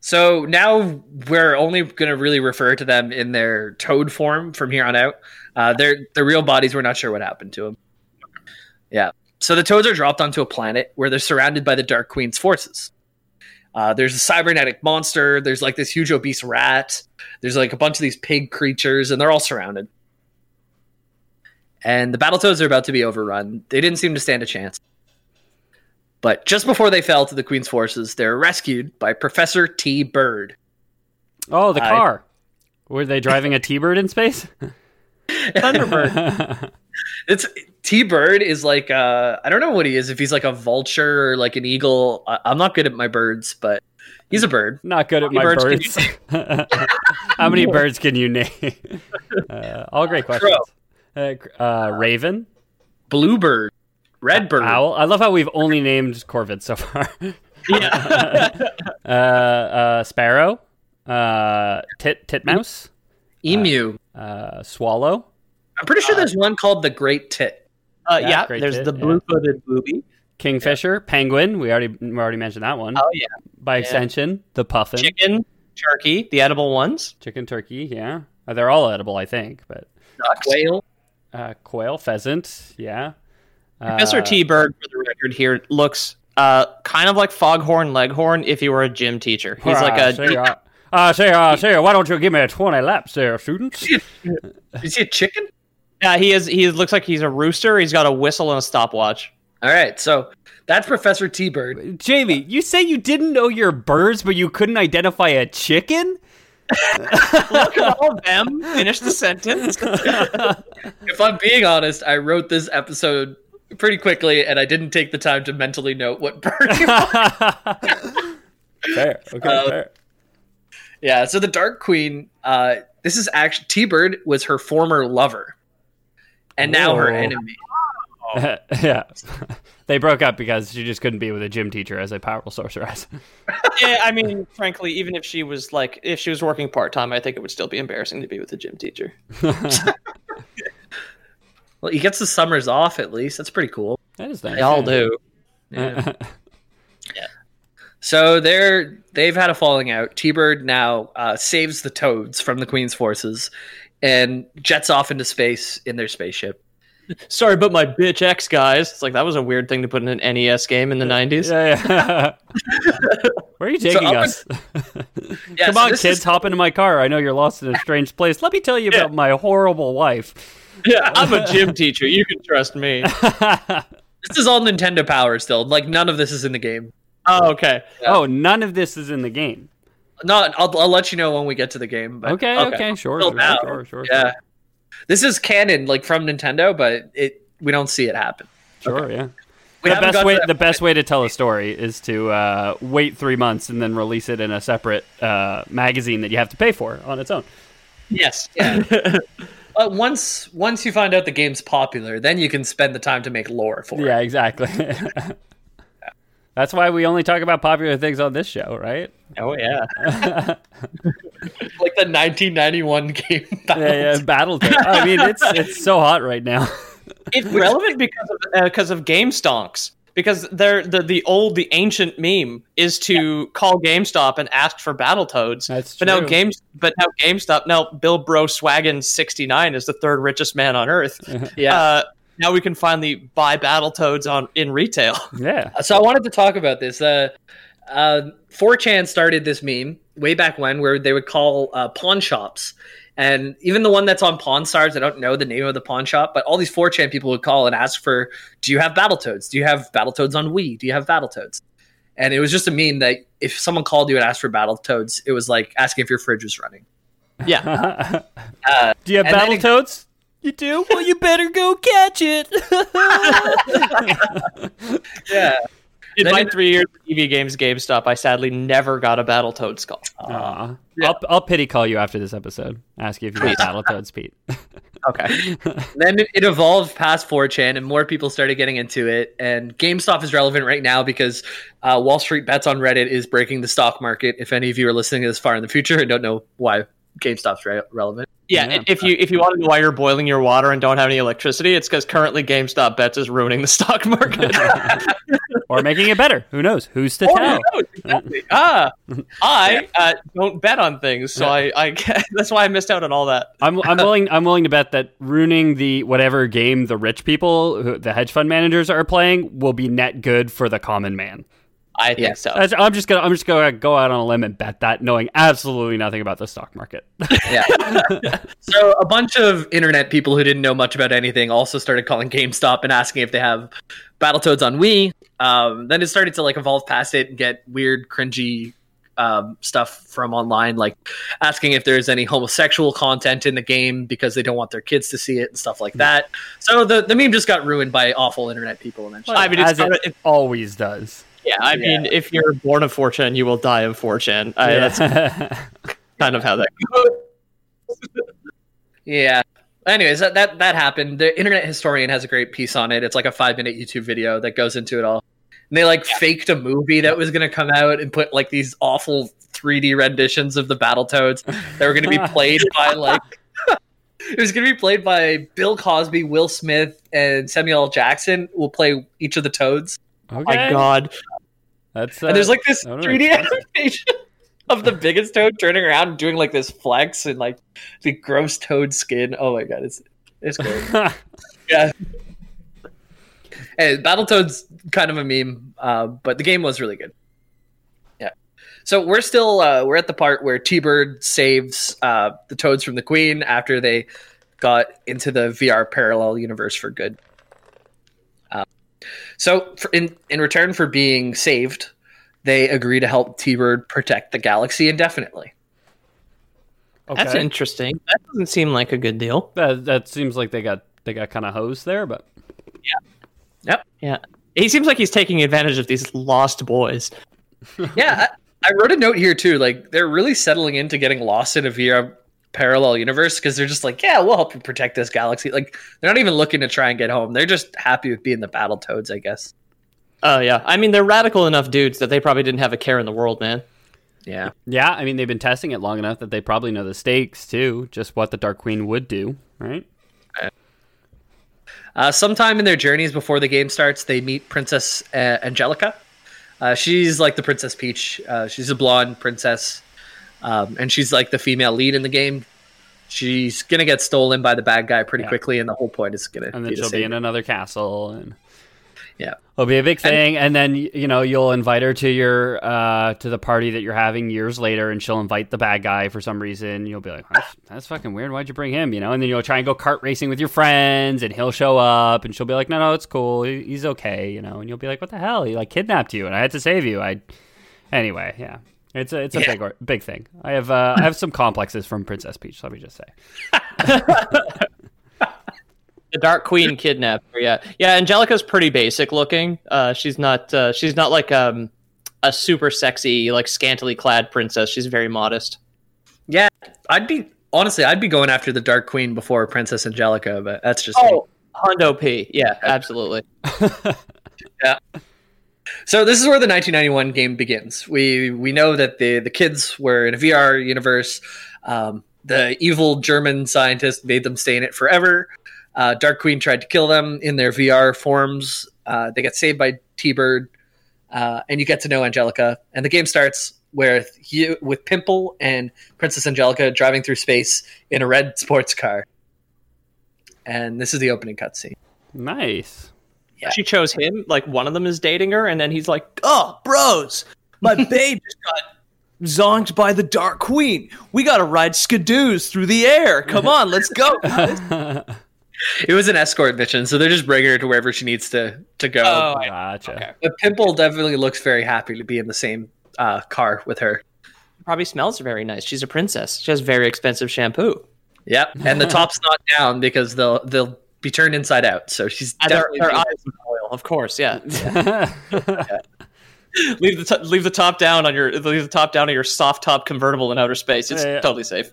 So now we're only going to really refer to them in their toad form from here on out. Uh, their their real bodies, we're not sure what happened to them. Yeah. So the toads are dropped onto a planet where they're surrounded by the Dark Queen's forces. Uh, there's a cybernetic monster. There's like this huge obese rat. There's like a bunch of these pig creatures, and they're all surrounded. And the Battletoads are about to be overrun. They didn't seem to stand a chance. But just before they fell to the Queen's forces, they're rescued by Professor T. Bird.
Oh, the
I-
car. Were they driving a T-bird in space?
Thunderbird.
It's T Bird is like uh I don't know what he is if he's like a vulture or like an eagle. I, I'm not good at my birds, but he's a bird.
Not good at my
birds can
birds. How many birds can you name? Uh, all great questions. Uh, cr- uh, raven,
Blue bird, red bird.
owl. I love how we've only named corvids so far. uh, uh, sparrow, uh, tit titmouse,
emu.
uh, swallow.
I'm pretty sure there's one called the Great Tit.
Uh,
Yeah,
yeah,
great
there's
bit,
the
yeah.
blue-footed booby.
Kingfisher, penguin. We already we already mentioned that one.
Oh yeah,
By extension, the puffin,
chicken, turkey, the edible ones.
chicken, turkey. Yeah, Uh, they're all edible, I think. But
Whale.
uh, quail, pheasant. Yeah. Uh,
Professor T Bird, for the record, here looks uh, kind of like Foghorn Leghorn if he were a gym teacher. He's like
Ah,
a
say, uh, ah, say, uh, say, why don't you give me a twenty laps there, students?
Is he a chicken?
yeah, he is. He looks like he's a rooster. He's got a whistle and a stopwatch.
All right, so that's Professor T Bird.
Jamie, you say you didn't know your birds, but you couldn't identify a chicken.
All of them finish the sentence.
If I'm being honest, I wrote this episode pretty quickly and I didn't take the time to mentally note what bird he was.
Fair, okay, fair.
Yeah, so the Dark Queen, uh, this is actually T Bird was her former lover. And now her
Whoa.
enemy.
yeah, they broke up because she just couldn't be with a gym teacher as a powerful sorceress.
yeah, I mean, frankly, even if she was like, if she was working part time, I think it would still be embarrassing to be with a gym teacher.
Well, he gets the summers off at least. That's pretty cool.
That is nice.
They all do.
Yeah. Yeah. So they're they've had a falling out. T Bird now uh, saves the toads from the Queen's forces and jets off into space in their spaceship.
Sorry about my bitch ex, guys. It's like that was a weird thing to put in an NES game in the nineties.
Yeah, yeah. Where are you taking
up in-
us?
Yeah,
Come
so
on,
this
kids,
is-
hop into my car. I know you're lost in a strange place. Let me tell you about my horrible wife.
Yeah, I'm a gym teacher. You can trust me.
this is all Nintendo Power still. Like none of this is in the game.
Oh, okay.
Oh, none of this is in the game.
No, I'll, I'll let you know when we get to the game. But
Okay, okay, sure,
Until
sure,
now,
sure, sure,
Yeah, this is canon, like from Nintendo, but it we don't see it happen.
sure, yeah.
We
the
haven't
best
gotten
way
to that
the best way to tell a story is to uh, wait three months and then release it in a separate uh, magazine that you have to pay for on its own.
Yes. Yeah. but once once you find out the game's popular, then you can spend the time to make lore for
Yeah,
it.
exactly. That's why we only talk about popular things on this show, right?
Oh yeah.
Like the 1991 game. Battle.
Yeah, yeah. Battle. Tech. I mean, it's it's so hot right now.
It's relevant because of because of game stonks. Because they're the the old the ancient meme is to call GameStop and ask for Battletoads.
That's
But now
true.
games but now GameStop now Bill Bro Swaggin sixty nine is the third richest man on earth.
Yeah.
Uh, now we can finally buy Battletoads on in retail.
Yeah.
Uh, So I wanted to talk about this. Uh, uh, 4chan started this meme way back when, where they would call uh, pawn shops, and even the one that's on Pawn Stars. I don't know the name of the pawn shop, but all these 4chan people would call and ask for, "Do you have Battletoads? Do you have Battletoads on Wii? Do you have Battletoads?" And it was just a meme that if someone called you and asked for Battletoads, it was like asking if your fridge was running.
Yeah.
Do you have
Uh, And then it-
Battletoads? You do? Well, you better go catch it.
Yeah.
In
Then
my
it-
three years at EV Games GameStop, I sadly never got a Battletoads call.
Aw.
Yeah.
Um, I'll, I'll pity call you after this episode. Ask you if you got Battletoads, Pete.
Okay.
then it evolved past 4chan and more people started getting into it and gamestop is relevant right now because uh, wall street bets on reddit is breaking the stock market if any of you are listening to this far in the future and don't know why gamestop's re- relevant
Yeah,
Yeah.
if you if you want to know why you're boiling your water and don't have any electricity, it's because currently GameStop bets is ruining the stock market.
or making it better. Who knows? Who's to
Oh,
tell?
no, exactly. ah, I uh, don't bet on things, so I, I that's why I missed out on all that.
I'm, I'm willing. I'm willing to bet that ruining the whatever game the rich people, who, the hedge fund managers are playing, will be net good for the common man.
I think
Yeah.
so.
That's, I'm just gonna. I'm just gonna go out on a limb and bet that, knowing absolutely nothing about the stock market.
yeah so a bunch of internet people who didn't know much about anything also started calling gamestop and asking if they have battletoads on wii um, then it started to like evolve past it and get weird cringy um, stuff from online, like asking if there's any homosexual content in the game because they don't want their kids to see it and stuff like that. So the, the meme just got ruined by awful internet people eventually.
I mean, it's
As it
kinda- it-
always does.
yeah, I mean, if you're born of fortune, you will die of fortune. I, That's kind of how that. goes.
yeah. Anyways, that, that that happened. The internet historian has a great piece on it. It's like a five minute YouTube video that goes into it all. And they like faked a movie that was gonna come out and put like these awful 3D renditions of the Battletoads that were gonna be played by like it was gonna be played by Bill Cosby, Will Smith, and Samuel L. Jackson will play each of the toads.
okay.
My God,
That's uh,
And there's like this
I don't know,
3D
it's-
animation of the biggest toad turning around and doing like this flex and like the gross toad skin. Oh my god, it's it's
uh,
great. yeah. Hey, Battletoad's kind of a meme, uh, but the game was really good. Yeah. So we're still uh, we're at the part where T Bird saves uh, the toads from the Queen after they got into the VR parallel universe for good. Uh, So, for, in in return for being saved, they agree to help T Bird protect the galaxy indefinitely.
okay.
that's interesting. That doesn't seem like a good deal.
that, that seems like they got they got kind of hosed there, but
Yep.
Yeah, he seems like he's taking advantage of these lost boys.
Yeah, I, I wrote a note here too. Like they're really settling into getting lost in a VR parallel universe because they're just like, yeah, we'll help you protect this galaxy. Like they're not even looking to try and get home. They're just happy with being the battle toads, I guess.
Oh yeah, I mean they're radical enough dudes that they probably didn't have a care in the world, man.
Yeah.
yeah. I mean, they've been testing it long enough that they probably know the stakes too. Just what the Dark Queen would do, right?
Uh, sometime in their journeys before the game starts, they meet Princess uh, Angelica. Uh, she's like the Princess Peach. Uh, she's a blonde princess, um, and she's like the female lead in the game. She's gonna get stolen by the bad guy pretty
Yeah.
quickly, and the whole point is gonna
And
be
then
to
she'll be
save
in another castle, and
Yeah.
It'll be a big thing, and, then y- you know you'll invite her to your uh, to the party that you're having years later, and she'll invite the bad guy for some reason. You'll be like, that's, that's fucking weird. Why'd you bring him? You know, and then you'll try and go kart racing with your friends, and he'll show up, and she'll be like, no, no, it's cool. He- He's okay. You know, and you'll be like, what the hell? He like kidnapped you, and I had to save you. I anyway, yeah. It's a it's a
Yeah.
big or- big thing. I have uh, I have some complexes from Princess Peach. Let me just say.
The Dark Queen kidnapped her. Yeah, yeah. Angelica's pretty basic looking. Uh, she's not. Uh, she's not like um, a super sexy, like scantily clad princess. She's very modest.
Yeah. I'd be honestly, I'd be going after the Dark Queen before Princess Angelica, but that's just
Oh,
me.
Hondo P. Yeah, absolutely.
So this is where the 1991 game begins. We we know that the the kids were in a VR universe. Um, the evil German scientist made them stay in it forever. Uh, Dark Queen tried to kill them in their VR forms. Uh, they got saved by T Bird, uh, and you get to know Angelica. And the game starts with you with Pimple and Princess Angelica driving through space in a red sports car. And this is the opening cutscene.
Nice.
Yeah.
She chose him. Like one of them is dating her, and then he's like, "Oh, bros, my babe just got." Zonked by the Dark Queen. We gotta ride skidoos through the air. Come on, let's go.
It was an escort mission, so they're just bringing her to wherever she needs to to go.
Oh, I-
Gotcha.
okay.
But Pimple definitely looks very happy to be in the same uh, car with her.
probably smells very nice. She's a princess. She has very expensive shampoo.
Yep. And the top's not down because they'll they'll be turned inside out. So she's
And their,
definitely
their eyes are oil, of course. Yeah, leave the to- leave the top down on your leave the top down on your soft top convertible in outer space. It's
Yeah, yeah.
totally safe.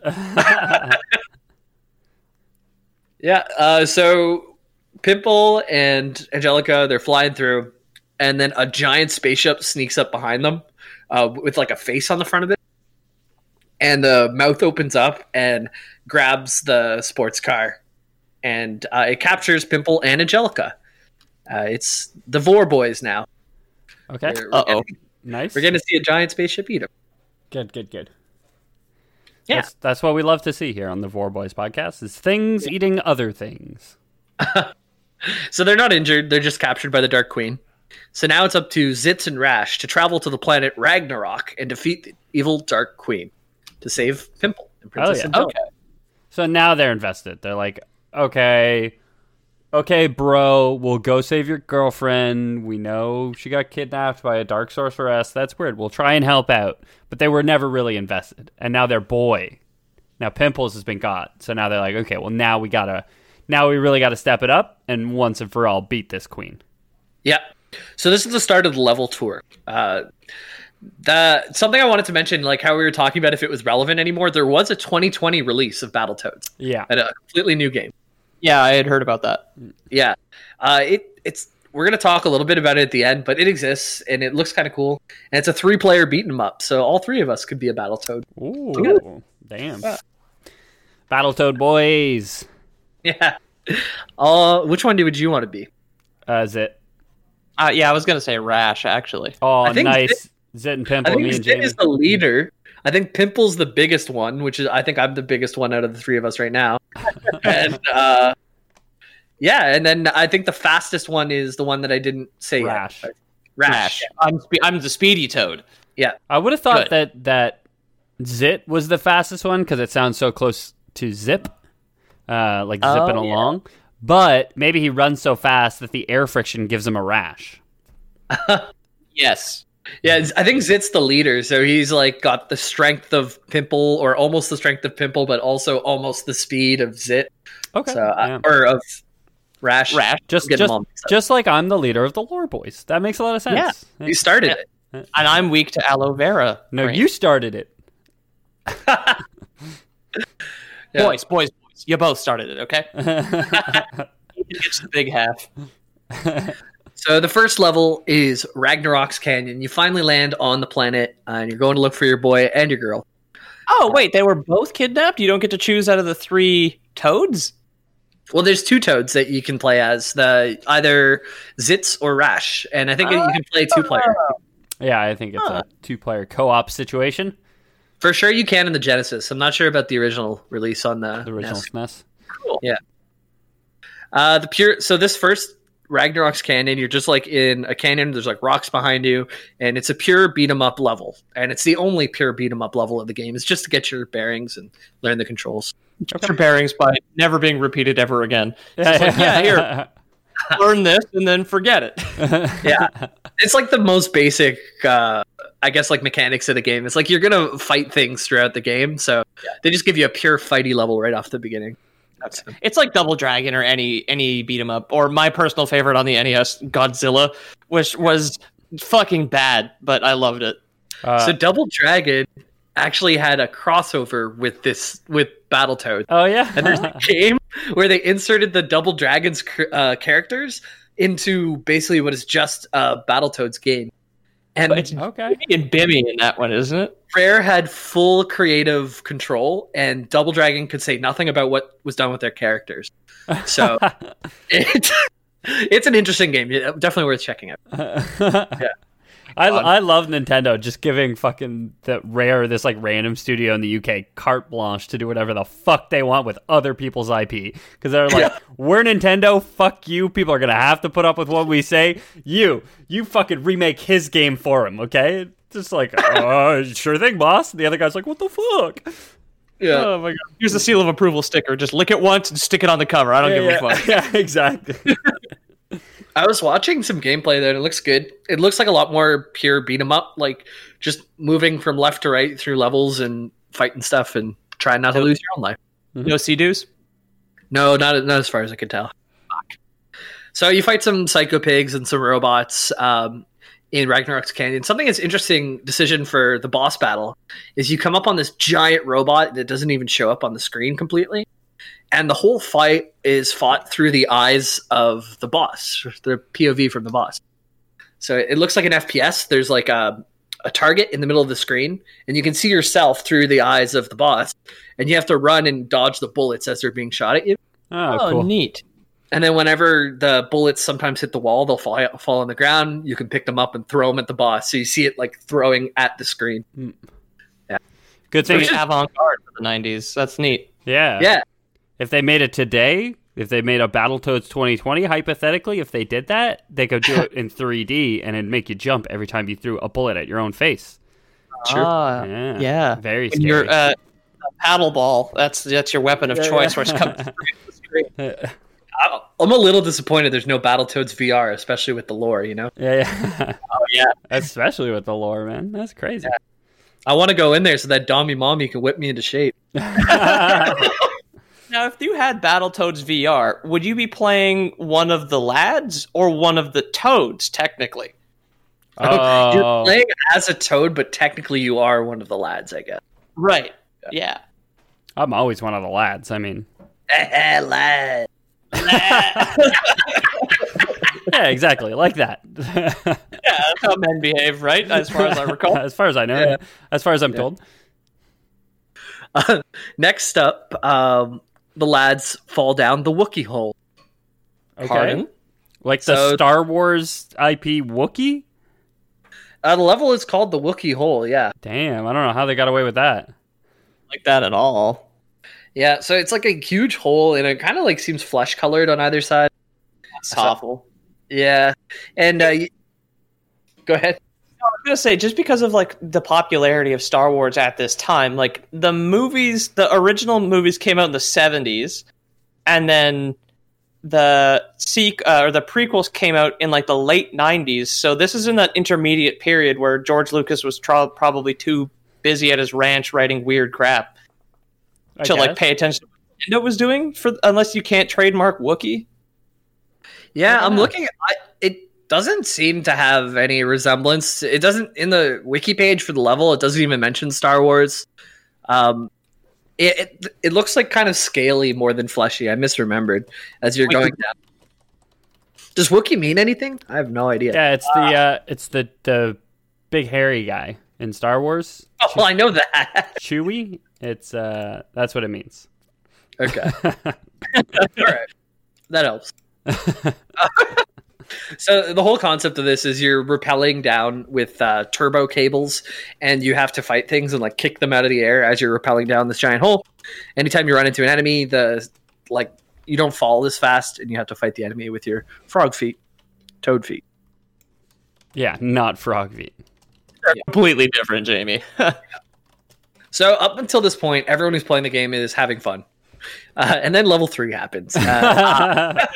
yeah. Uh, so Pimple and Angelica they're flying through, and then a giant spaceship sneaks up behind them uh, with like a face on the front of it, and the mouth opens up and grabs the sports car, and uh, it captures Pimple and Angelica. Uh, it's the Vor boys now.
okay.
We're-
Uh oh.
Nice.
We're going to see a giant spaceship eat 'em.
Good, good, good.
Yeah.
That's, that's what we love to see here on the Vor Boys podcast is things eating other things.
So they're not injured, they're just captured by the Dark Queen. So now it's up to Zitz and Rash to travel to the planet Ragnarok and defeat the evil Dark Queen to save Pimple and Princess
yeah.
Angelica.
So now they're invested. They're like, okay, okay, bro, we'll go save your girlfriend. We know she got kidnapped by a dark sorceress. That's weird. We'll try and help out. But they were never really invested. And now their boy, now Pimples has been got. So now they're like, okay, well, now we got to, now we really got to step it up and once and for all beat this queen.
Yeah. So this is the start of the level tour. Uh, the something I wanted to mention, like how we were talking about if it was relevant anymore, there was a 2020 release of Battletoads,
Yeah.
and a completely new game.
Yeah, I had heard about that.
Yeah, uh, it it's we're gonna talk a little bit about it at the end, but it exists and it looks kind of cool. And it's a three player beat 'em up, so all three of us could be a Battletoad.
Ooh, damn.
Uh,
Battletoad boys.
Yeah. Uh, which one would you want to be?
Uh, is it?
Uh, yeah, I was gonna say rash actually.
Oh,
I think
nice. Zit and
I
Pimple,
think
me and
Zit
Jamie.
is the leader. I think Pimple's the biggest one, which is I think I'm the biggest one out of the three of us right now. and uh, yeah, and then I think the fastest one is the one that I didn't say yet.
Rash.
Rash.
I'm spe- I'm the speedy toad.
I would have thought
Good.
that that Zit was the fastest one because it sounds so close to Zip, uh, like
Oh,
zipping
yeah.
along. But maybe he runs so fast that the air friction gives him a rash.
Yes.
Yeah, I think Zit's the leader, so he's like got the strength of Pimple, or almost the strength of Pimple, but also almost the speed of Zit,
Okay,
so uh,
yeah.
or of Rash.
Rash.
just
get 'em
just,
all mixed up.
just like I'm the leader of the Lore Boys. That makes a lot of sense. Yeah.
He started it.
And I'm weak to aloe vera.
No,
Great.
you started it.
Yeah.
boys, boys, boys. You both started it. Okay. it's the big half.
So the first level is Ragnarok's Canyon. You finally land on the planet, uh, and you're going to look for your boy and your girl.
Oh wait, they were both kidnapped. You don't get to choose out of the three toads.
Well, there's two toads that you can play as the either Zitz or Rash, and I think you can play two player
Yeah, I think it's a two-player co-op situation.
for sure. You can in the Genesis. I'm not sure about the original release on the, E
E The original
NES.
SNES.
Uh, the pure. So this first Ragnarok's canyon. You're just like in a canyon. There's like rocks behind you, and it's a pure beat 'em up level. And it's the only pure beat 'em up level of the game. It's just to get your bearings and learn the controls.
Get your bearings by never being repeated ever again. It's just like, yeah, here, learn this and then forget it.
Yeah, it's like the most basic, uh, I guess, like mechanics of the game. It's like you're gonna fight things throughout the game, so they just give you a pure fighty level right off the beginning. That's
It's like Double Dragon or any any beat 'em up, or my personal favorite on the NES, Godzilla, which was fucking bad, but I loved it.
Uh,
so Double Dragon actually had a crossover with this with Battletoads.
oh yeah.
And there's a game where they inserted the Double Dragons cr- uh, characters into basically what is just a Battletoads game.
But
And
it's
okay.
and Bimmy in that one, isn't it?
Rare had full creative control, and Double Dragon could say nothing about what was done with their characters. So it, it's an interesting game. Yeah, Definitely worth checking out.
I, I love Nintendo just giving fucking the rare this like random studio in the UK carte blanche to do whatever the fuck they want with other people's IP because they're like we're Nintendo fuck you people are gonna have to put up with what we say you you fucking remake his game for him okay just like uh, sure thing boss the other guy's like what the fuck
Yeah.
oh my god
Here's the seal of approval sticker. Just lick it once and stick it on the cover. I don't give a fuck.
yeah exactly
I was watching some gameplay there, and it looks good. It looks like a lot more pure beat 'em up, like just moving from left to right through levels and fighting stuff and trying not to lose your own life.
No sea dudes.
No, not not as far as I could tell. Fuck. So you fight some psycho pigs and some robots um, in Ragnarok's Canyon. Something that's interesting decision for the boss battle is you come up on this giant robot that doesn't even show up on the screen completely, and the whole fight is fought through the eyes of the boss, the POV from the boss. So it looks like an FPS. There's like a a target in the middle of the screen, and you can see yourself through the eyes of the boss, and you have to run and dodge the bullets as they're being shot at you.
oh,
Oh,
cool
neat.
And then whenever the bullets sometimes hit the wall, they'll fall fall on the ground. You can pick them up and throw them at the boss. So you see it like throwing at the screen.
good thing
Pretty avant-garde for the '90s. That's neat.
yeah
Yeah,
If they made it today, if they made a Battletoads 2020, hypothetically, if they did that, they could do it in 3D and it'd make you jump every time you threw a bullet at your own face.
Sure.
Ah,
Yeah.
yeah.
Very
When your
scary.
uh, paddle ball. That's that's your weapon of choice. Where it's comes straight to the screen.
I- I'm a little disappointed. There's no Battletoads VR, especially with the lore. You know,
yeah, yeah.
Oh yeah.
Especially with the lore, man. That's crazy.
I want to go in there so that Dommy Mommy can whip me into shape.
Now, if you had Battletoads VR, would you be playing one of the lads or one of the toads? Technically,
You're
Oh,
playing as a toad, but technically you are one of the lads, I guess.
right? Yeah.
I'm always one of the lads. I mean,
Lad.
yeah, exactly. Like that.
Yeah, that's how men behave, right? As far as I recall.
as far as I know,
Yeah.
as far as I'm told.
Next up, um, the lads fall down the Wookiee hole.
Okay.
Pardon?
Like the
So-
Star Wars IP Wookiee?
Uh, the level is called the Wookiee hole. Yeah.
Damn, I don't know how they got away with that.
Like that at all?
Yeah, so it's like a huge hole, and it kind of like seems flesh colored on either side.
That's awful.
Yeah, and uh, y- go ahead.
I'm gonna say just because of like the popularity of Star Wars at this time, like the movies, the original movies came out in the '70s, and then the seek uh, or the prequels came out in like the late '90s. So this is in that intermediate period where George Lucas was tro- probably too busy at his ranch writing weird crap
I
to like
guess.
pay attention. to what Nintendo was doing for unless you can't trademark Wookiee.
Yeah, I'm
Yeah.
looking. At, I, it doesn't seem to have any resemblance. It doesn't in the wiki page for the level. It doesn't even mention Star Wars. Um, it it, it looks like kind of scaly more than fleshy. I misremembered as you're
Like
going down. Does Wookiee mean anything? I have no idea.
Yeah, it's the uh, it's the the big hairy guy in Star Wars,
Oh, well, I know that.
Chewie. It's uh, that's what it means.
okay. All right. That helps. so the whole concept of this is you're rappelling down with uh, turbo cables, and you have to fight things and like kick them out of the air as you're rappelling down this giant hole. Anytime you run into an enemy, the like you don't fall as fast, and you have to fight the enemy with your frog feet, toad feet.
Yeah, not frog feet.
Completely different, Jamie.
So up until this point, everyone who's playing the game is having fun, uh, and then level three happens, uh,
Ah.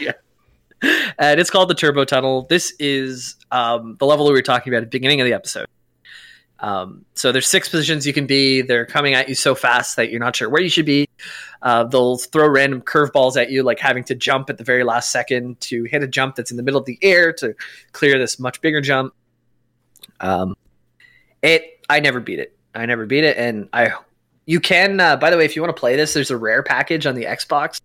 and it's called the Turbo Tunnel. This is um, the level we were talking about at the beginning of the episode. Um, so there's six positions you can be. They're coming at you so fast that you're not sure where you should be. Uh, they'll throw random curveballs at you, like having to jump at the very last second to hit a jump that's in the middle of the air to clear this much bigger jump. Um, it I never beat it. I never beat it, and I you can. Uh, by the way, if you want to play this, there's a rare package on the Xbox,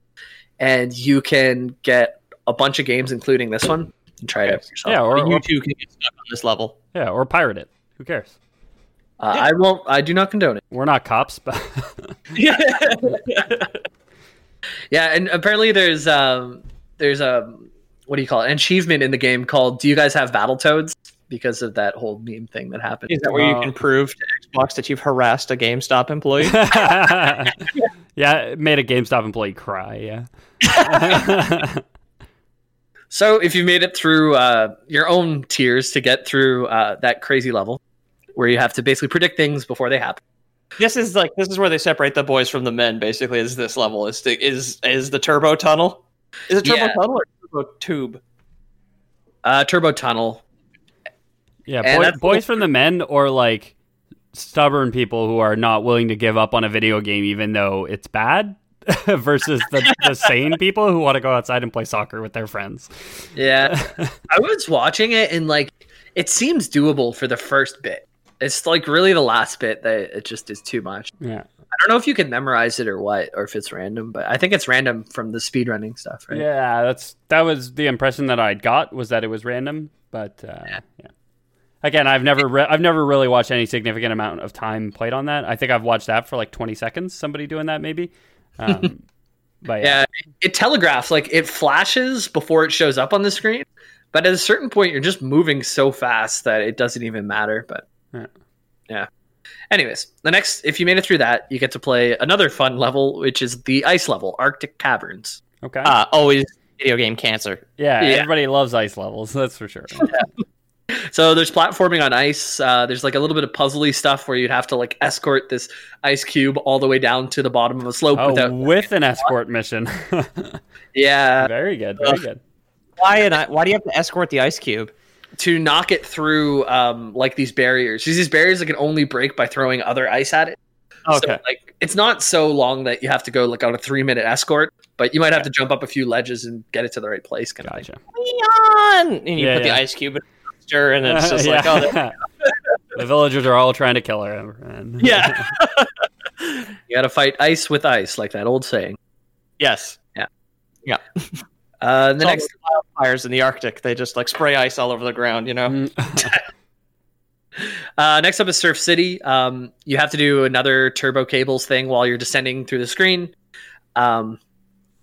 and you can get a bunch of games, including this one, and try it out for yourself.
Yeah, or,
you
or
two can get stuck on this level.
yeah, or pirate it. Who cares?
Uh, I won't. I do not condone it.
We're not cops, but
Yeah.
Yeah, and apparently there's um there's a what do you call it? An achievement in the game called "Do you guys have battle toads?" Because of that whole meme thing that happened.
Is that where you
Uh,
can prove to Xbox that you've harassed a GameStop employee?
yeah, it made a GameStop employee cry. Yeah.
So if you made it through uh, your own tiers to get through uh, that crazy level, where you have to basically predict things before they happen.
this is like this is where they separate the boys from the men. Basically, is this level is the, is is the turbo tunnel? Is it turbo
Yeah.
tunnel or turbo tube?
Uh, Turbo Tunnel. And
Yeah, boy,
that's-
boys from the men or like stubborn people who are not willing to give up on a video game even though it's bad versus the, the sane people who want to go outside and play soccer with their friends.
Yeah, I was watching it and like it seems doable for the first bit. It's like really the last bit that it just is too much.
Yeah.
I don't know if you can memorize it or what, or if it's random, but I think it's random from the speedrunning stuff, right?
Yeah, that's that was the impression that I got was that it was random, but uh, yeah. Again, I've never re- I've never really watched any significant amount of time played on that. I think I've watched that for like 20 seconds. Somebody doing that maybe. Um, but yeah.
Yeah, it telegraphs like it flashes before it shows up on the screen, but at a certain point, you're just moving so fast that it doesn't even matter. But
Yeah.
yeah. Anyways, the next, if you made it through that, you get to play another fun level, which is the ice level, Arctic Caverns.
Okay.
Uh, always video game cancer.
yeah,
yeah.
everybody loves ice levels. That's for sure.
So there's platforming on ice. Uh, there's like a little bit of puzzly stuff where you'd have to like escort this ice cube all the way down to the bottom of a slope
Oh,
without. Uh,
with an escort mission.
Yeah,
very good. Very good.
Why and I, why do you have to escort the ice cube?
to knock it through um, like these barriers. These these barriers that can only break by throwing other ice at it. So,
Okay.
like it's not so long that you have to go like on a three minute escort, but you might have to jump up a few ledges and get it to the right place. Kind of thing.
Gotcha.
Leon! And you
Yeah,
put
yeah.
the ice cube in the monster, and it's just like,
Yeah.
oh, that-
the villagers are all trying to kill her. and-
yeah,
You got to fight ice with ice, like that old saying.
yes.
Uh, the
It's all
next
wildfires in the Arctic, they just like spray ice all over the ground. You know,
Mm.
Uh, next up is Surf City. Um, you have to do another turbo cables thing while you're descending through the screen. Um,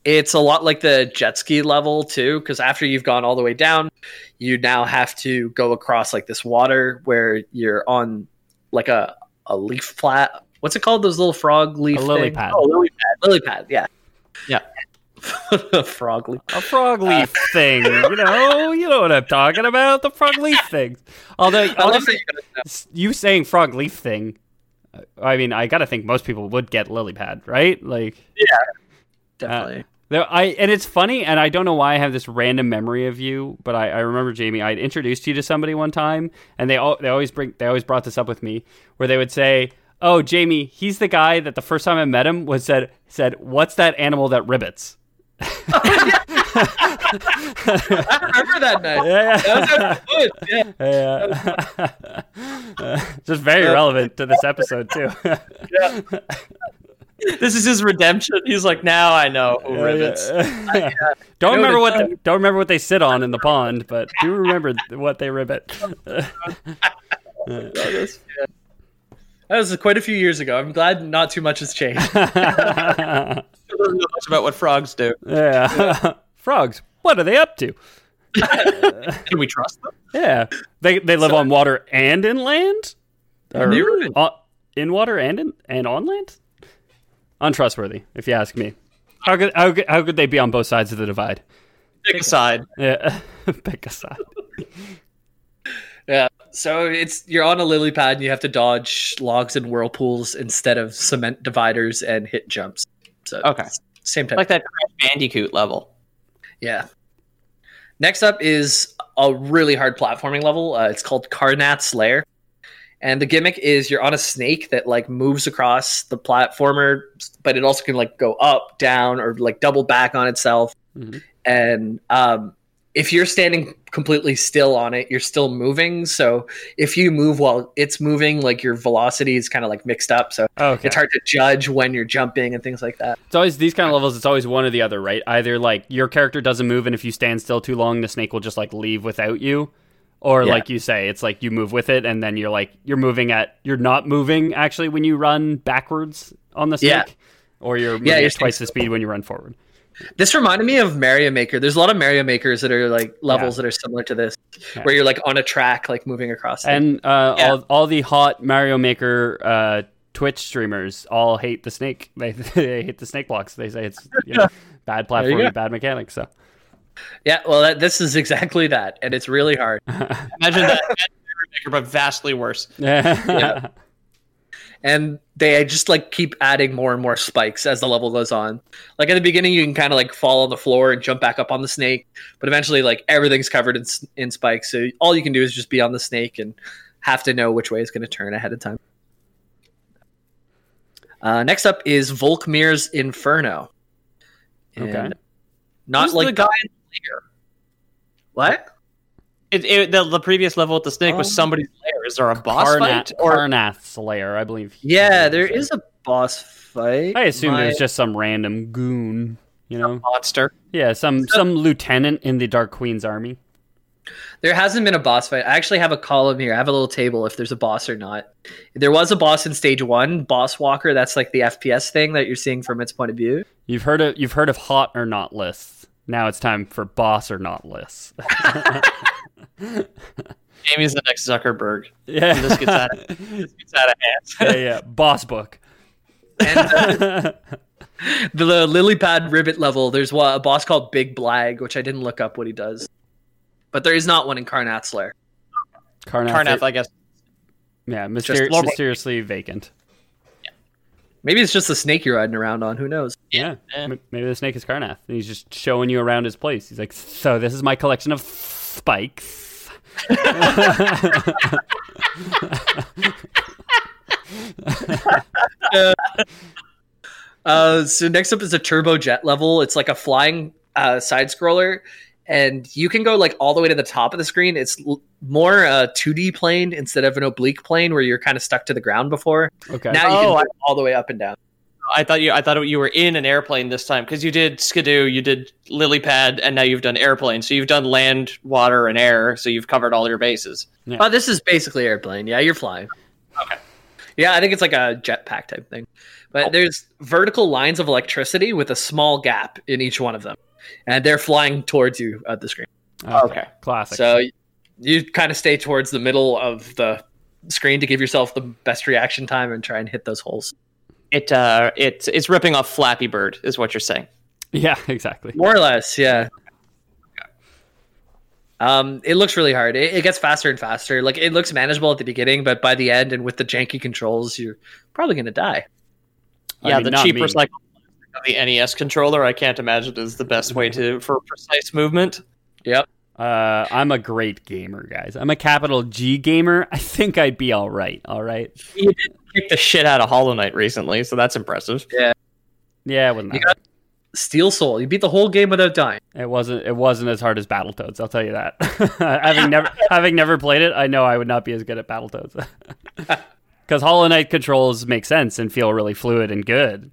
it's a lot like the jet ski level too, because after you've gone all the way down, you now have to go across like this water where you're on like a a leaf flat. What's it called? Those little frog leaf.
A lily
thing?
pad.
Oh, lily pad. Lily pad. Yeah.
Yeah.
frog leaf.
a frog leaf thing. You know, you know what I'm talking about. The frog leaf thing. Although,
I
although
love that you got
s- you saying frog leaf thing, uh, I mean, I gotta think most people would get lily pad, right? Like,
definitely.
Though I and it's funny, and I don't know why I have this random memory of you, but I, I remember Jamie. I would introduced you to somebody one time, and they all they always bring they always brought this up with me, where they would say, "Oh, Jamie, he's the guy that the first time I met him was said said What's that animal that ribbits?"
I remember that night.
Yeah,
That was out of the woods, yeah.
yeah. just very relevant to this episode too.
this is his redemption. He's like, now I know who rivets.
uh,
don't
know
remember
the
what the, don't remember what they sit on in the pond, but do remember what they ribbit.
That was quite a few years ago. I'm glad not too much has changed.
I don't know much about what frogs do.
Yeah. Frogs, what are they up to?
Can we trust them?
Yeah. They they live on water and in land? Or
They really-
on- in water and in and on land? Untrustworthy, if you ask me. How could how could, how could they be on both sides of the divide?
Pick a side.
Yeah, pick a side.
Yeah. So it's you're on a lily pad and you have to dodge logs and whirlpools instead of cement dividers and hit jumps. So
Okay.
it's same type.
Like that Crash Bandicoot level.
yeah. Next up is a really hard platforming level. Uh, it's called Karnat's Lair. And the gimmick is you're on a snake that like moves across the platformer, but it also can like go up, down, or like double back on itself.
Mhm.
And um, if you're standing completely still on it, you're still moving. So if you move while it's moving, like your velocity is kind of like mixed up. So
Okay.
it's hard to judge when you're jumping and things like that.
It's always these kind of levels. It's always one or the other, right? Either like your character doesn't move, and if you stand still too long, the snake will just like leave without you, or
Yeah.
like you say, it's like you move with it, and then you're like you're moving at you're not moving actually when you run backwards on the snake,
Yeah.
or you're moving
Yeah,
at
your
twice the speed when you run forward.
This reminded me of Mario Maker. There's a lot of Mario Makers that are like levels that are similar to this,
Yeah.
where you're like on a track, like moving across. things.
And uh,
Yeah.
all all the hot Mario Maker uh, Twitch streamers all hate the snake. They they hate the snake blocks. They say it's you know, bad
you
platform,
go.
bad mechanics. So
yeah, well, that, this is exactly that, and it's really hard.
Imagine that, but vastly worse.
yeah.
and they just like keep adding more and more spikes as the level goes on. Like at the beginning, you can kind of like fall on the floor and jump back up on the snake, but eventually, like everything's covered in s- in spikes. So all you can do is just be on the snake and have to know which way it's going to turn ahead of time. Uh, next up is Volkmir's Inferno. And
Okay.
Not
Who's
like
the guy?
what?
It, it, the, the previous level with the snake was
Um,
somebody's lair. Is there a boss fight? Or
Karnath Slayer, I believe. he-
Yeah, there is a boss fight.
I assumed
My-
it was just some random goon, you know?
monster?
Yeah, some some lieutenant in the Dark Queen's army.
There hasn't been a boss fight. I actually have a column here. I have a little table if there's a boss or not. There was a boss in stage one, Boss Walker. That's like the FPS thing that you're seeing from its point of view.
You've heard of you've heard of hot or not lists. Now it's time for boss or not lists.
Jamie's the next Zuckerberg.
Yeah,
This gets out of, this gets out of
yeah,
hand.
yeah. Boss book.
The, uh, the lily pad ribbit level, there's wa- a boss called Big Blag, which I didn't look up what he does. But there is not one in Karnat's Lair.
Karnath,
Karnath, I guess.
yeah,
just
mysteri-
Lord-
mysteriously vacant.
Maybe it's just the snake you're riding around on. Who knows?
Yeah,
Yeah.
M- maybe the snake is Karnath, and he's just showing you around his place. He's like, "So this is my collection of spikes."
Uh, so next up is a turbo jet level. It's like a flying uh, side scroller, and you can go like all the way to the top of the screen. It's l- more uh, 2D plane instead of an oblique plane where you're kind of stuck to the ground before.
Okay.
Now you
Oh,
can go all the way up and down.
I thought you. I thought you were in an airplane this time because you did Skidoo, you did lily pad, and now you've done airplane. So you've done land, water, and air. So you've covered all your bases.
Yeah.
Oh, this is basically airplane. Yeah, you're flying. Yeah, I think it's like a jetpack type thing. But there's vertical lines of electricity with a small gap in each one of them, and they're flying towards you at the screen.
Okay.
Classic.
So you kind of stay towards the middle of the screen to give yourself the best reaction time and try and hit those holes.
It uh, it's it's ripping off Flappy Bird, is what you're saying.
yeah, exactly.
More or less, yeah. Um, it looks really hard. It, it gets faster and faster. Like it looks manageable at the beginning, but by the end and with the janky controls, you're probably gonna die.
I
yeah,
mean,
the
not
cheap
me.
recycled plastic of the NES controller. I can't imagine is the best way to for precise movement.
Yep.
Uh, I'm a great gamer, guys. I'm a capital G gamer. I think I'd be all right. All right.
You did kick the shit out of Hollow Knight recently, so that's impressive.
Yeah, it wasn't.
You
that
Steel Soul. You beat the whole game without dying.
hard. it wasn't. It wasn't as hard as Battletoads. I'll tell you that. having never having never played it, I know I would not be as good at Battletoads. Because Hollow Knight controls make sense and feel really fluid and good.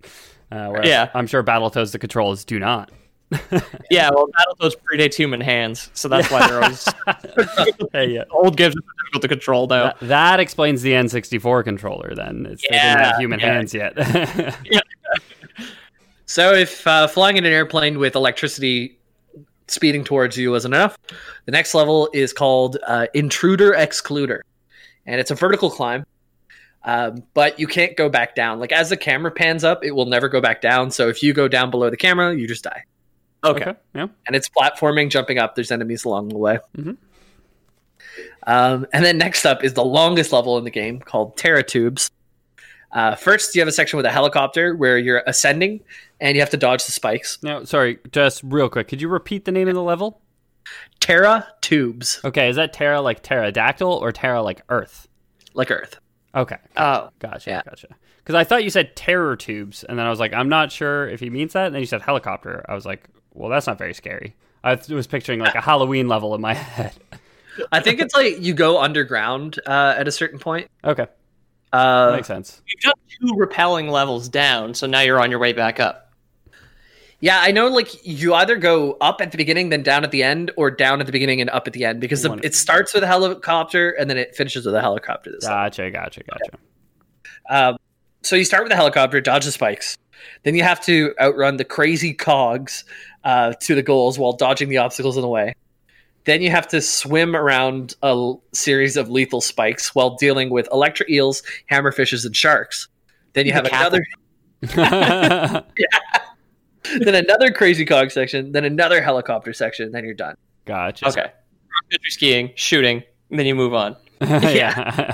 Uh, whereas
Yeah.
I'm sure Battletoads the controls do not.
Yeah, well, Battletoads predate human hands, so that's why they're always
Hey, yeah.
old games are difficult to control now.
That, that explains the N64 controller. Then it's, they didn't have
Yeah,
human
yeah.
hands yet.
So if uh, flying in an airplane with electricity speeding towards you wasn't enough, the next level is called uh, Intruder Excluder, and it's a vertical climb. Um, but you can't go back down. Like as the camera pans up, it will never go back down. So if you go down below the camera, you just die.
Okay.
Yeah.
And it's platforming, jumping up. There's enemies along the way.
Mhm.
Um, and then next up is the longest level in the game called Terra Tubes. Uh, first, you have a section with a helicopter where you're ascending and you have to dodge the spikes.
Now, sorry, just real quick. Could you repeat the name of the level?
Terra Tubes,
Okay, is that Terra like pterodactyl or Terra like Earth?
like Earth.
Okay.
Oh.
Gotcha.
Yeah.
Gotcha. Because I thought you said terror tubes, and then I was like, I'm not sure if he means that. And then you said helicopter. I was like, well, that's not very scary. I th- was picturing like a Halloween level in my head.
I think it's like you go underground uh, at a certain point.
Okay, that
Uh,
makes sense.
You've done two rappelling levels down, so now you're on your way back up.
yeah, I know. Like you either go up at the beginning, then down at the end, or down at the beginning and up at the end because the,
Wonderful.
it starts with a helicopter and then it finishes with a helicopter. This time.
Gotcha. Gotcha. Gotcha.
Um, so you start with the helicopter, dodge the spikes. Then you have to outrun the crazy cogs uh, to the goals while dodging the obstacles in the way. Then you have to swim around a l- series of lethal spikes while dealing with electric eels, hammerfishes, and sharks. Then you
The
have
cat-
another, then another crazy cog section, then another helicopter section, then you're done.
gotcha.
Okay. Cross country skiing, shooting, then you move on.
yeah.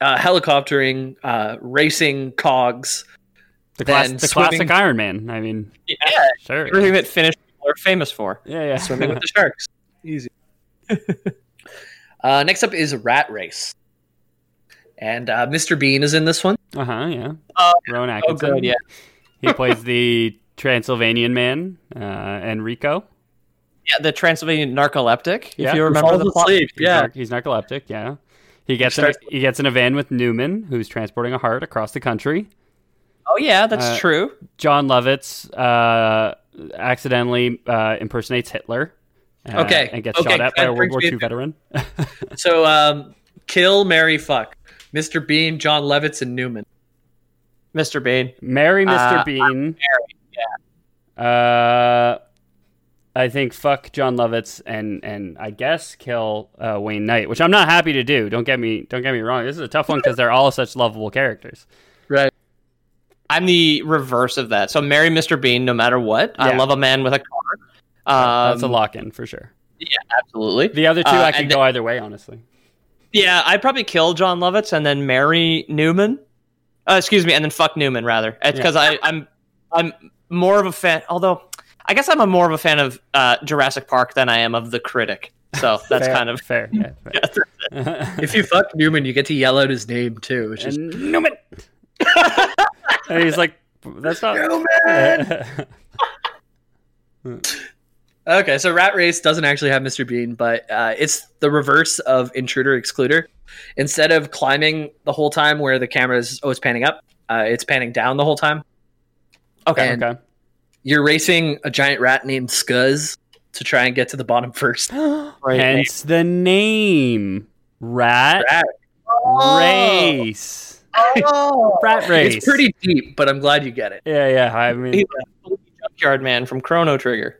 Uh, helicoptering, uh, racing cogs.
The, class-
Then
the
swimming-
classic Iron Man. I mean,
Yeah.
sure.
Everything that Finnish people are famous for.
Yeah. Yeah.
swimming with the sharks. Easy. uh, next up is Rat Race, and uh, Mr. Bean is in this one.
Uh huh. Yeah.
Oh,
Rowan
Oh,
Atkinson.
good. Yeah.
He plays the Transylvanian man, uh, Enrico.
Yeah. The Transylvanian narcoleptic.
Yeah.
If you
Who
remember the plot.
He's nar- he's narcoleptic. Yeah, he gets in,
starts-
he gets in a van with Newman, who's transporting a heart across the country.
Oh, yeah, that's
Uh,
true.
John Lovitz uh, accidentally uh, impersonates Hitler. uh,
Okay,
and gets
okay,
shot at by
that
a World
brings
War
me
II veteran.
So, um, kill, Mary, fuck. Mr. Bean, John Levitz, and Newman.
Mr. Bean.
Marry Mr.
Uh,
Bean. Uh, I think fuck John Lovitz and and I guess kill uh, Wayne Knight, which I'm not happy to do. Don't get me don't get me wrong. This is a tough one because they're all such lovable characters.
Right.
I'm the reverse of that. So marry Mr. Bean no matter what.
Yeah.
I love a man with a car. Um,
That's a lock in for sure.
Absolutely.
The other two,
Uh,
I could
and
go either way, honestly.
Yeah, I'd probably kill John Lovitz and then marry Newman. Uh, excuse me, and then fuck Newman rather,
Yeah.
because I'm I'm more of a fan. Although I guess I'm a more of a fan of uh, Jurassic Park than I am of The Critic. So that's
Fair,
kind of
fair. Yeah, fair.
If you fuck Newman, you get to yell out his name too, which is
and Newman. and he's like, "That's not."
Okay, so Rat Race doesn't actually have Mr. Bean, but uh, it's the reverse of Intruder Excluder. Instead of climbing the whole time where the camera is always panning up, uh, it's panning down the whole time.
okay.
And-
okay.
You're racing a giant rat named Scuzz to try and get to the bottom first.
Great name.
Hence the name Rat,
Rat.
Oh, Race. Rat Race.
It's pretty deep, but I'm glad you get it.
Yeah, yeah. I mean,
Junkyard Man from Chrono Trigger.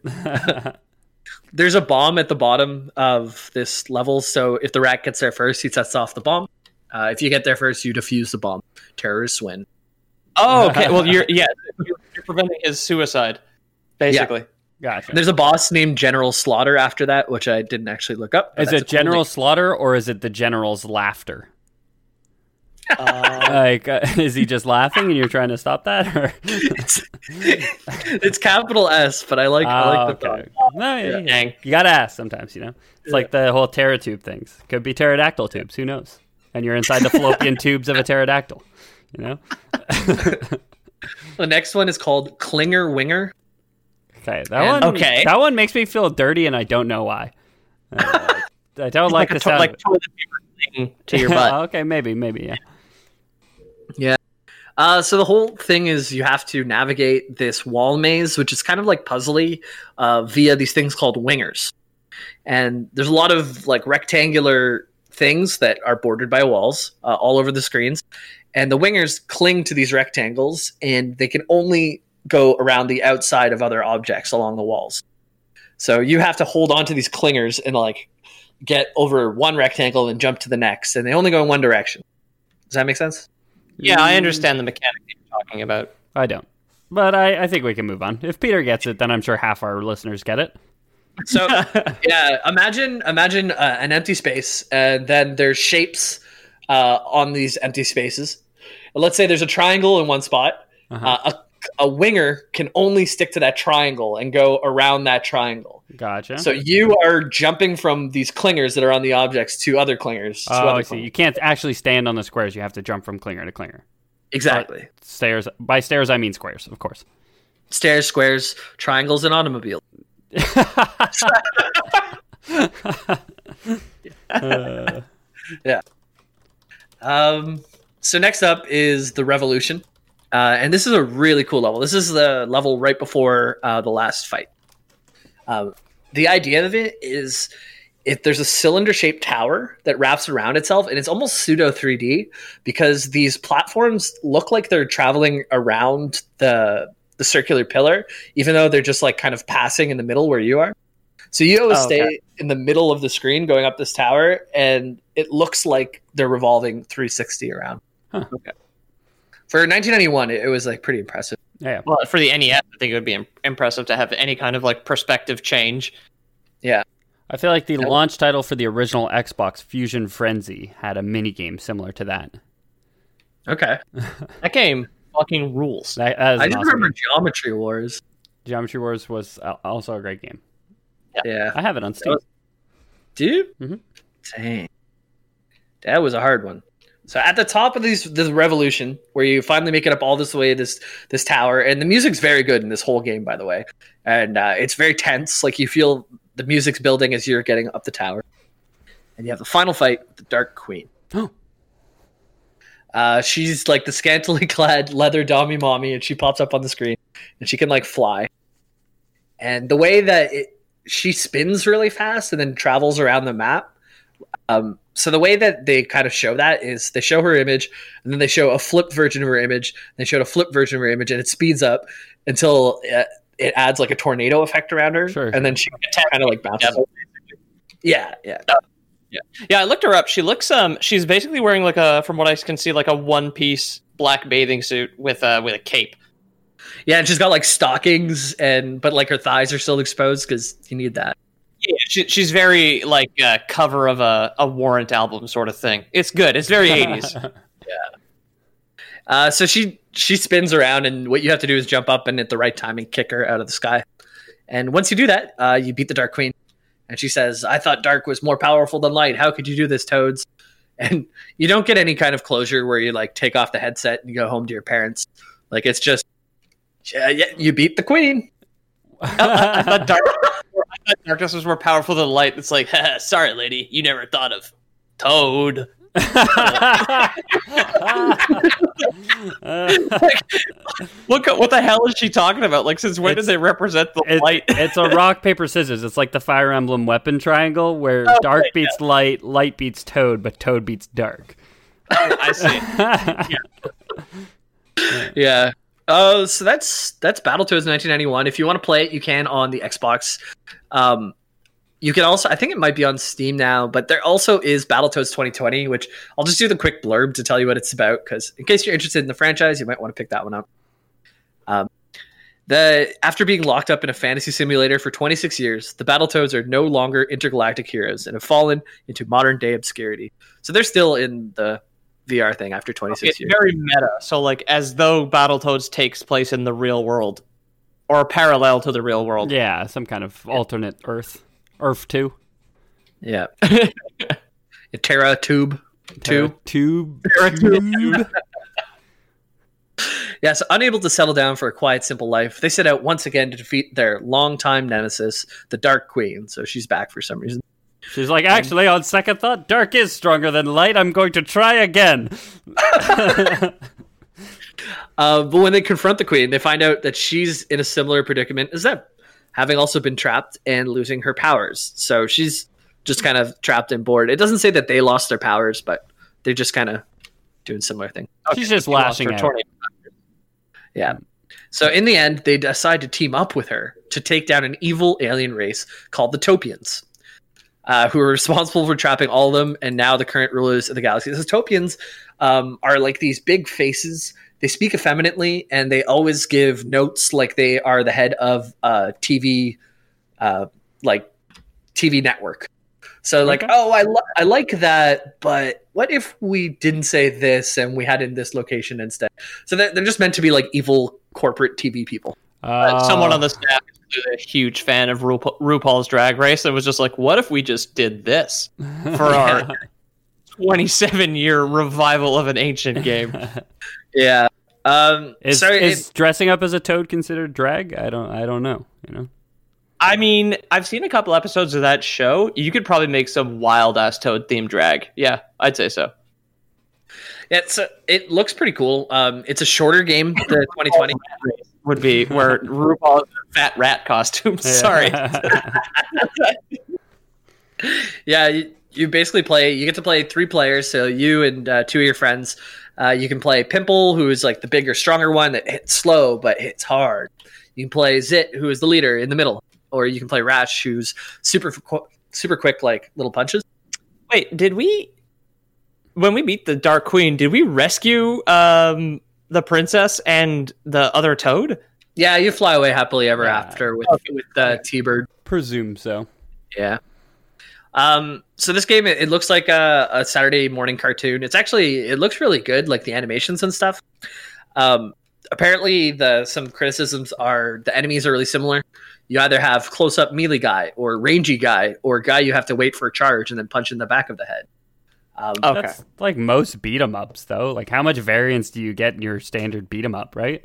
There's a bomb at the bottom of this level, so if the rat gets there first, he sets off the bomb. Uh, if you get there first, you defuse the bomb. Terrorists win.
Oh, okay. Well, you're yeah, you're, you're preventing his suicide, basically.
gotcha.
There's a boss named General Slaughter after that, which I didn't actually look up. but
Is it
that's a cool
General
name.
Slaughter or is it the General's laughter?
Uh,
Like, uh, is he just laughing and you're trying to stop that? Or?
it's capital S, but I like I
Oh,
like the thought.
okay. No, yeah, yeah.
Dang.
You gotta ask sometimes, you know. It's like the whole terra tube things. Could be pterodactyl tubes. Who knows? And you're inside the fallopian tubes of a pterodactyl. You know.
The next one is called Klinger Winger.
Okay, that
And-
one.
Okay.
that one makes me feel dirty, and I don't know why. Uh, I don't like, the
to-
sound.
like
of
toilet paper cling to
it.
your butt.
okay, maybe, maybe, yeah.
Uh, so the whole thing is you have to navigate this wall maze, which is kind of like puzzly, uh, via these things called wingers. And there's a lot of like rectangular things that are bordered by walls uh, all over the screens, and the wingers cling to these rectangles, and they can only go around the outside of other objects along the walls. So you have to hold on to these clingers and like get over one rectangle and jump to the next, and they only go in one direction. Does that make sense?
Yeah, I understand the mechanic that you're talking about.
Mm, I don't. But I, I think we can move on. If Peter gets it, then I'm sure half our listeners get it.
So yeah, imagine imagine uh, an empty space, and then there's shapes uh, on these empty spaces. Let's say there's a triangle in one spot.
Uh-huh.
Uh, a, a winger can only stick to that triangle and go around that triangle.
Gotcha.
So you are jumping from these clingers that are on the objects to other clingers. to
oh,
other
I see.
clingers.
You can't actually stand on the squares. You have to jump from clinger to clinger.
Exactly.
Stairs. By stairs, I mean squares, of course.
Stairs, squares, triangles, and automobiles.
Uh,
Um, so next up is the Revolution, uh, and this is a really cool level. This is the level right before uh, the last fight. Um, the idea of it is if there's a cylinder-shaped tower that wraps around itself, and it's almost pseudo 3D because these platforms look like they're traveling around the the circular pillar, even though they're just like kind of passing in the middle where you are. So you always
Oh, okay.
stay in the middle of the screen going up this tower, and it looks like they're revolving 360 around.
Huh.
Okay. For 1991, it, it was like pretty impressive.
yeah.
Well, for the NES, I think it would be im- impressive to have any kind of like perspective change.
I feel like the
Nope.
launch title for the original Xbox, Fusion Frenzy, had a minigame similar to that.
Okay.
That game fucking rules.
That, that is
I
an
just
awesome
remember
game.
Geometry Wars.
Geometry Wars was uh, also a great game.
Yeah.
I have it on Steam.
was- Do you?
Mhm.
Dang. That was a hard one. So at the top of these this revolution, where you finally make it up all this way, this this tower, and the music's very good in this whole game, by the way, and uh, it's very tense. Like you feel the music's building as you're getting up the tower, and you have the final fight, with the Dark Queen. Uh, she's like the scantily clad leather dummy mommy, and she pops up on the screen, and she can like fly. And the way that it, she spins really fast and then travels around the map. Um, so the way that they kind of show that is they show her image, and then they show a flipped version of her image. They showed a flipped version of her image, and it speeds up until uh, it adds like a tornado effect around her,
Sure,
and
sure.
then she kind of like bounces.
Devil.
Yeah, yeah.
Yeah, I looked her up. She looks um she's basically wearing like a from what I can see like a one piece black bathing suit with uh with a cape.
Yeah, and she's got like stockings and but like her thighs are still exposed because you need that.
Yeah, she, she's very like uh, cover of a, a warrant album sort of thing. It's good. It's very 80s.
Uh, so she she spins around, and what you have to do is jump up and at the right time and kick her out of the sky. And once you do that, uh, you beat the Dark Queen. And she says, "I thought dark was more powerful than light. How could you do this, Toads?" And you don't get any kind of closure where you like take off the headset and you go home to your parents. Like it's just, yeah, yeah, you beat the Queen. Oh,
I, thought dark, I thought darkness was more powerful than light. It's like, sorry, lady, you never thought of Toad.
Uh,
Look at what the hell is she talking about? Like, since when
It's-
did they represent the
It-
light?
it's a rock paper scissors. It's like the Fire Emblem weapon triangle where
Oh,
dark beats light, light beats toad, but toad beats dark.
I see.
Yeah. Oh, so that's that's Battletoads 1991. If you want to play it, you can on the Xbox. Um, you can also, I think it might be on Steam now, but there also is Battletoads 2020, which I'll just do the quick blurb to tell you what it's about, because in case you're interested in the franchise, you might want to pick that one up. Um, the after being locked up in a fantasy simulator for 26 years, the Battletoads are no longer intergalactic heroes and have fallen into modern day obscurity. So they're still in the VR thing after 26
It's
years.
very meta. So, like, as though Battletoads takes place in the real world or parallel to the real world.
Yeah, some kind of alternate Earth. Earth 2.
Yeah. Terra Tube 2.
Tube.
Yes, unable to settle down for a quiet, simple life, they set out once again to defeat their longtime nemesis, the Dark Queen. So she's back for some reason.
She's like, actually, on second thought, dark is stronger than light. I'm going to try again.
Uh, but when they confront the Queen, they find out that she's in a similar predicament as them, having also been trapped and losing her powers. So she's just kind of trapped and bored. It doesn't say that they lost their powers, but they're just kind of doing similar things.
She's just
Lost
lashing
her
out.
tornado.
Yeah. So in the end, they decide to team up with her to take down an evil alien race called the Topians. uh, who are responsible for trapping all of them, and now the current rulers of the galaxy. The Zotopians um, are like these big faces. They speak effeminately, and they always give notes like they are the head of uh, TV, uh, like TV network. So like,
Okay.
oh, I li- I like that, but what if we didn't say this and we had it in this location instead? So they're, they're just meant to be like evil corporate TV people.
Uh,
But someone on
the
the staff is a huge fan of Ru- RuPaul's Drag Race and was just like, "What if we just did this for our 27 year revival of an ancient game?"
Yeah. Um,
is,
sorry,
is
it-
dressing up as a toad considered drag? I don't I don't know. You know.
I mean, I've seen a couple episodes of that show. You could probably make some wild ass toad themed drag. Yeah, I'd say so.
it's a- it looks pretty cool. Um, it's a shorter game, the 2020.
Would be where RuPaul is in a fat rat costume. Sorry.
Yeah, you, you basically play. You get to play three players, so you and uh, two of your friends. Uh, you can play Pimple, who is like the bigger, stronger one that hits slow but hits hard. You can play Zit, who is the leader in the middle, or you can play Rash, who's super qu- super quick, like little punches.
Wait, did we when we beat the Dark Queen, did we rescue um the princess and the other toad?
Yeah, you fly away happily ever
Yeah.
after with with uh, T Bird.
Presume so.
Yeah. Um, so this game, it, it looks like a, a Saturday morning cartoon. It's actually, it looks really good, like the animations and stuff. Um, apparently, the some criticisms are the enemies are really similar. You either have close up melee guy, or rangy guy, or guy you have to wait for a charge and then punch in the back of the head. Um,
Okay.
That's like most beat 'em ups though. Like how much variance do you get in your standard beat 'em up, right?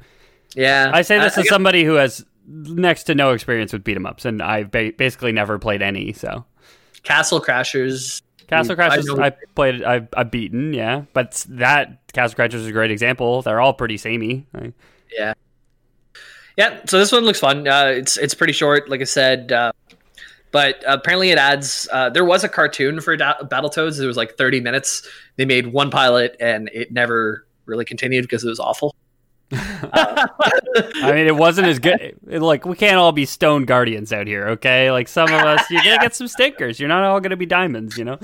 yeah,
I say this
I- I
as somebody who has next to no experience with beat 'em ups and I've ba- basically never played any, so
guess Castle Crashers.
Castle
Mm, I
Crashers,
know-
I, played, I've, I've beaten, yeah. But s- that Castle Crashers is a great example. They're all pretty samey. Like,
Yeah, so this one looks fun. Uh, it's it's pretty short, like I said, uh, but apparently it adds. Uh, there was a cartoon for da- Battletoads. It was like 30 minutes. They made one pilot, and it never really continued because it was awful.
I mean, it wasn't as good. it- like we can't all be stone guardians out here, okay? Like some of us, you're gonna get some stickers. You're not all gonna be diamonds, you know.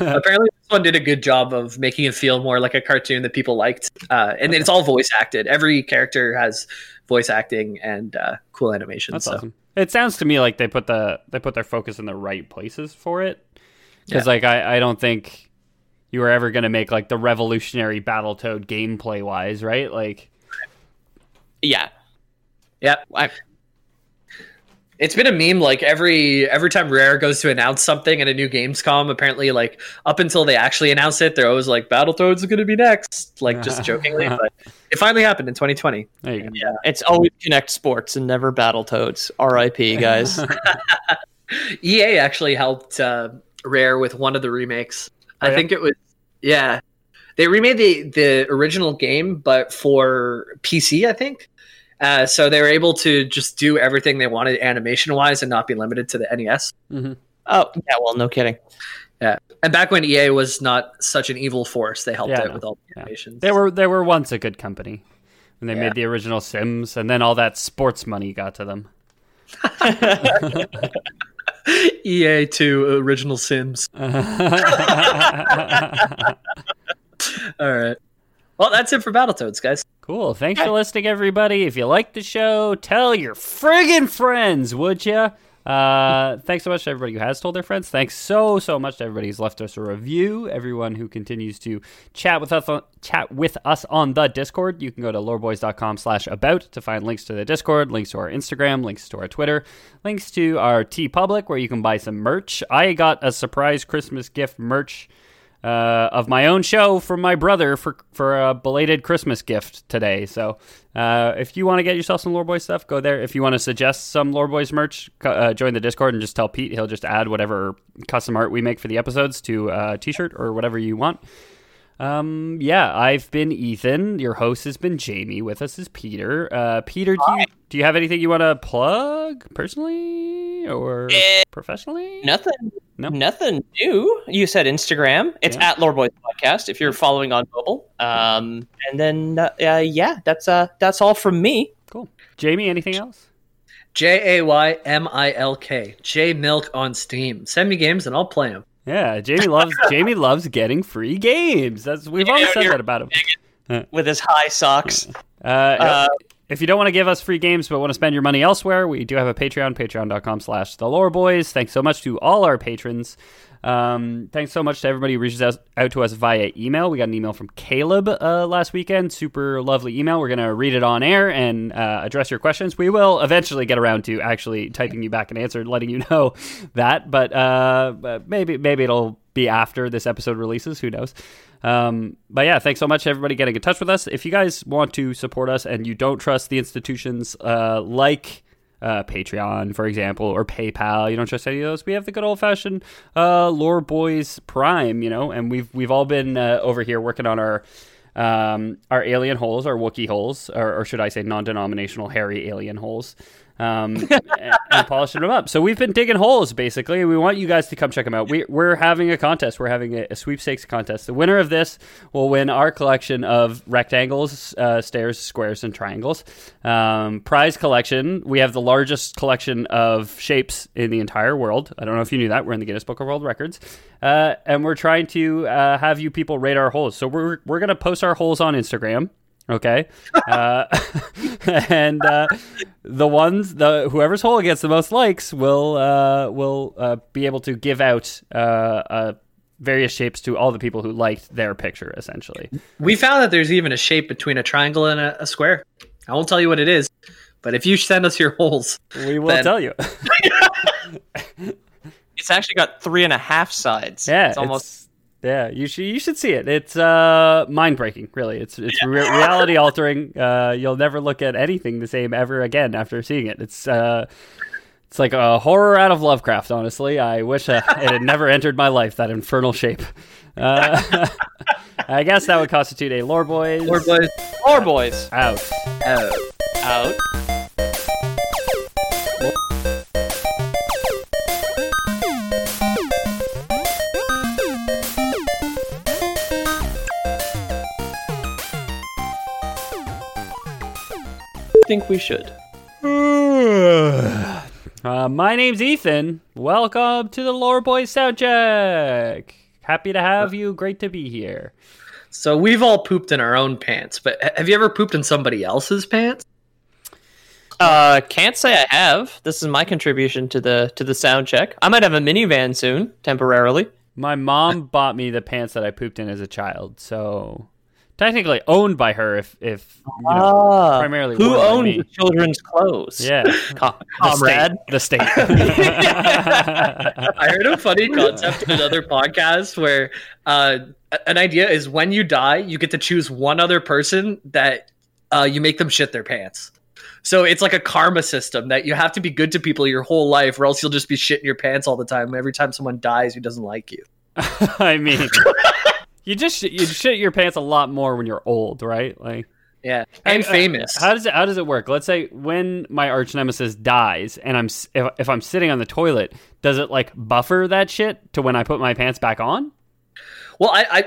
apparently, this one did a good job of making it feel more like a cartoon that people liked, uh, and it's all voice acted. Every character has voice acting and uh, cool animation.
That's
so.
awesome. It sounds to me like they put the they put their focus in the right places for it. Because like I, I don't think you were ever gonna make like the revolutionary Battletoad gameplay wise, right? Like
Yeah.
Yep.
I,
It's been a meme. Like every every time Rare goes to announce something at a new Gamescom, apparently, like up until they actually announce it, they're always like, "Battletoads is going to be next," like just jokingly. but it finally happened in 2020.
there you go.
yeah. It's always connect sports and never battle toads. R.I.P. guys.
EA E actually helped uh, Rare with one of the remakes.
Oh,
I
yeah?
think it was yeah. They remade the the original game, but for PC, I think. Uh, so they were able to just do everything they wanted animation wise and not be limited to the E NES.
Mhm.
oh yeah, well, no kidding.
And back when EA was not such an evil force, they helped
Yeah,
it
no.
with all the
Yeah.
animations.
They were they were once a good company when they
Yeah.
made the original Sims, and then all that sports money got to them.
EA two E original Sims. All right. Well, that's it for Battletoads, guys.
Cool. Thanks for listening, everybody. If you like the show, tell your friggin' friends, would you? Uh, thanks so much to everybody who has told their friends. Thanks so so much to everybody who's left us a review. Everyone who continues to chat with us on, chat with us on the Discord. You can go to loreboys.com/about to find links to the Discord, links to our Instagram, links to our Twitter, links to our T Public where you can buy some merch. I got a surprise Christmas gift merch uh, of my own show from my brother for for a belated Christmas gift today. So uh, if you want to get yourself some Lore Boys stuff, go there. If you want to suggest some Lore Boys merch, co- uh, join the Discord and just tell Pete. He'll just add whatever custom art we make for the episodes to a t-shirt or whatever you want. Um, yeah, I've been Ethan. Your host has been Jamie. With us is Peter. Uh, Peter, do you, do you have anything you want to plug personally or professionally?
Nothing.
No.
Nothing new. You said Instagram. It's
Yeah.
at Loreboys Podcast if you're following on mobile. Um, and then uh, uh, yeah, that's uh that's all from me.
Cool. Jamie, anything else?
J A Y M I L K. J Milk on Steam. Send me games and I'll play them.
Yeah, Jamie loves Jamie loves getting free games. That's we've always said that about him.
with his high socks.
Uh, if you don't want to give us free games but want to spend your money elsewhere, we do have a Patreon, patreon.com slash the lore boys. Thanks so much to all our patrons. Um, thanks so much to everybody who reaches us, out to us via email. We got an email from Caleb uh, last weekend. Super lovely email. We're going to read it on air and uh, address your questions. We will eventually get around to actually typing you back an answer and letting you know that, but, uh, but maybe maybe it'll be after this episode releases. Who knows? Um, but yeah, thanks so much, everybody, getting in touch with us. If you guys want to support us and you don't trust the institutions uh, like uh, Patreon, for example, or PayPal, you don't trust any of those. We have the good old fashioned uh, Lore Boys Prime, you know, and we've we've all been uh, over here working on our um, our alien holes, our Wookiee holes, or, or should I say non-denominational hairy alien holes, um, and, and polishing them up. So we've been digging holes, basically, and we want you guys to come check them out. We, we're having a contest. We're having a, a sweepstakes contest. The winner of this will win our collection of rectangles, uh, stairs, squares, and triangles. Um, prize collection. We have the largest collection of shapes in the entire world. I don't know if you knew that. We're in the Guinness Book of World Records. Uh, and we're trying to uh, have you people rate our holes. So we're, we're going to post our holes on Instagram okay uh, and uh, the ones the whoever's hole gets the most likes will uh, will uh, be able to give out uh, uh, various shapes to all the people who liked their picture essentially
We found that there's even a shape between a triangle and a, a square. I won't tell you what it is, but if you send us your holes,
we will
Ben.
tell you
It's actually got three and a half sides.
yeah
it's almost
yeah you should you should see it it's uh mind breaking really it's it's re- reality altering uh you'll never look at anything the same ever again after seeing it it's uh it's like a horror out of Lovecraft, honestly. I wish uh, it had never entered my life, that infernal shape. Uh, I guess that would constitute a lore boys.
or boys,
four boys
out.
uh,
out. Think we should.
Uh, my name's Ethan. Welcome to the Lore Boys Soundcheck. Happy to have you. Great to be here.
So we've all pooped in our own pants, but ha- have you ever pooped in somebody else's pants?
Uh, can't say I have. This is my contribution to the to the sound check. I might have a minivan soon, temporarily.
My mom bought me the pants that I pooped in as a child, so technically owned by her. If if you know,
Ah,
primarily
who
worn by
owns
me.
the children's clothes?
yeah,
Com- comrade.
the state. The state.
I heard a funny concept in another podcast where uh, a- an idea is when you die, you get to choose one other person that uh, you make them shit their pants. So it's like a karma system that you have to be good to people your whole life, or else you'll just be shitting your pants all the time. Every time someone dies who doesn't like you,
I mean, you just sh- you shit your pants a lot more when you're old, right? Like,
yeah, and
Uh, uh,
famous.
How does it how does it work? Let's say when my arch nemesis dies, and I'm s- if, if I'm sitting on the toilet, does it like buffer that shit to when I put my pants back on?
well, I, I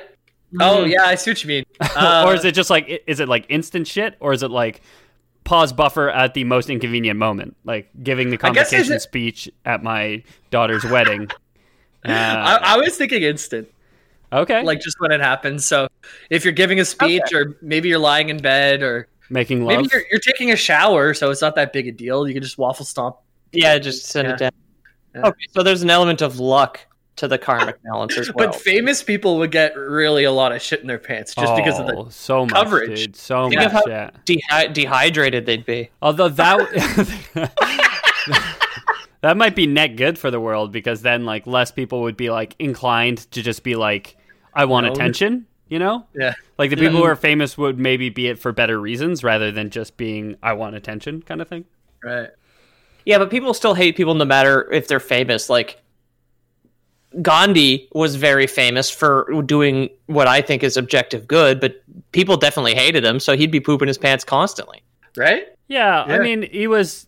oh yeah, I see what you mean. Uh,
Hmm. or is it just like i- is it like instant shit or is it like pause buffer at the most inconvenient moment like giving the
I guess is
convocation
it-
speech at my daughter's wedding uh,
I, I was thinking instant.
okay
like just when it happens. So if you're giving a speech, or maybe you're lying in bed, or
making love
maybe you're, you're taking a shower, so it's not that big a deal. You can just waffle stomp.
Yeah, just send it down.
Yeah.
Okay, so there's an element of luck to the karmic balance as well.
but famous people would get really a lot of shit in their pants just because of the.
Oh, so much,
coverage.
dude, so
Think
much
of how-
yeah
Dehy- dehydrated they'd be.
although that that might be net good for the world because then like less people would be like inclined to just be like i want
No.
attention you know
Yeah.
Like the people who are famous would maybe be it for better reasons rather than just being I want attention kind of thing.
Right.
Yeah, but people still hate people no matter if they're famous. Like Gandhi was very famous for doing what I think is objective good, but people definitely hated him, so he'd be pooping his pants constantly.
Right.
Yeah, I
Yeah.
mean he was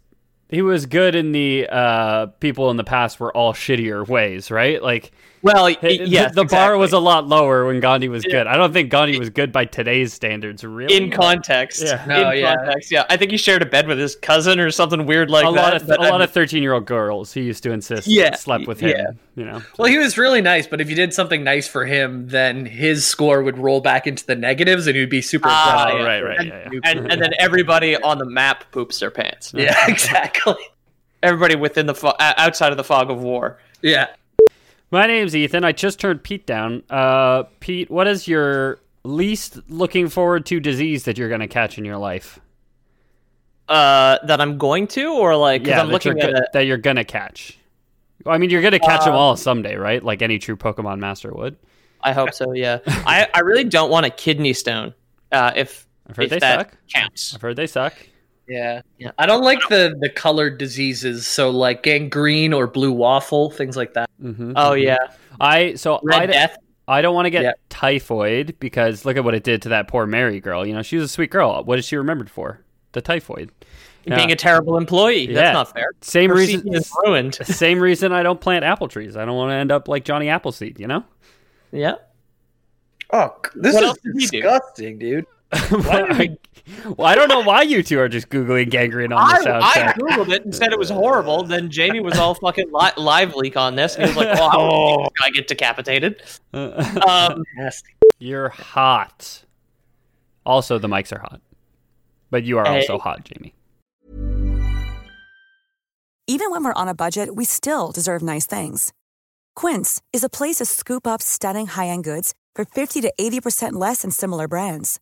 he was good in the uh people in the past were all shittier ways, right? Like
Well, y-
Hey,
yes,
the, the bar was
exactly.
a lot lower when Gandhi was good. I don't think Gandhi was good by today's standards, really.
in context.
Yeah.
No,
in
yeah.
context, yeah. I think he shared a bed with his cousin or something weird like
a
that.
lot of
but
a
I
lot
mean-
of thirteen year old girls who used to insist
Yeah,
slept with him.
yeah.
You know,
Well, he was really nice, but if you did something nice for him, then his score would roll back into the negatives, and he'd be super.
Ah,
upset.
yeah.
right, right, yeah, yeah.
and, and then everybody on the map poops their pants.
yeah, exactly.
Everybody within the fo- o- outside of the fog of war.
Yeah.
My name's Ethan. I just turned Pete down. Uh, Pete, what is your least looking forward to disease that you're going to catch in your life?
Uh, that I'm going to, or like, because I'm
that you're
looking at Uh,
go-
it.
that you're going to catch. I mean, you're going to catch them all someday, right? Like any true Pokemon master would.
I hope so. Yeah, I, I really don't want a kidney stone. Uh, if
I've heard
if
they
that
suck.
counts.
I've heard they suck.
Yeah. I don't like the the colored diseases, so like gangrene or blue waffle, things like that.
hmm
Oh yeah,
I so
Red
I, d-
Death.
I don't want to get
Yeah.
typhoid because look at what it did to that poor Mary girl. You know, she was a sweet girl. What is she remembered for? The typhoid. Yeah.
Being a terrible employee.
Yeah.
That's not fair.
Same
Her
reason.
season is ruined.
Same reason I don't plant apple trees. I don't want to end up like Johnny Appleseed. You know.
Yeah.
Oh, this
What
is
else did he do?
dude.
I, well, I don't know why you two are just googling gangrene on the sound
I, I
check.
googled it and said it was horrible. Then Jamie was all fucking li- live leak on this, and he was like, "Well, I don't
Oh.
think this guy get decapitated."
Uh,
Um,
Nasty.
You're hot. Also, the mics are hot, but you are
Hey.
also hot, Jamie.
Even when we're on a budget, we still deserve nice things. Quince is a place to scoop up stunning high end goods for 50 to 80% less than similar brands.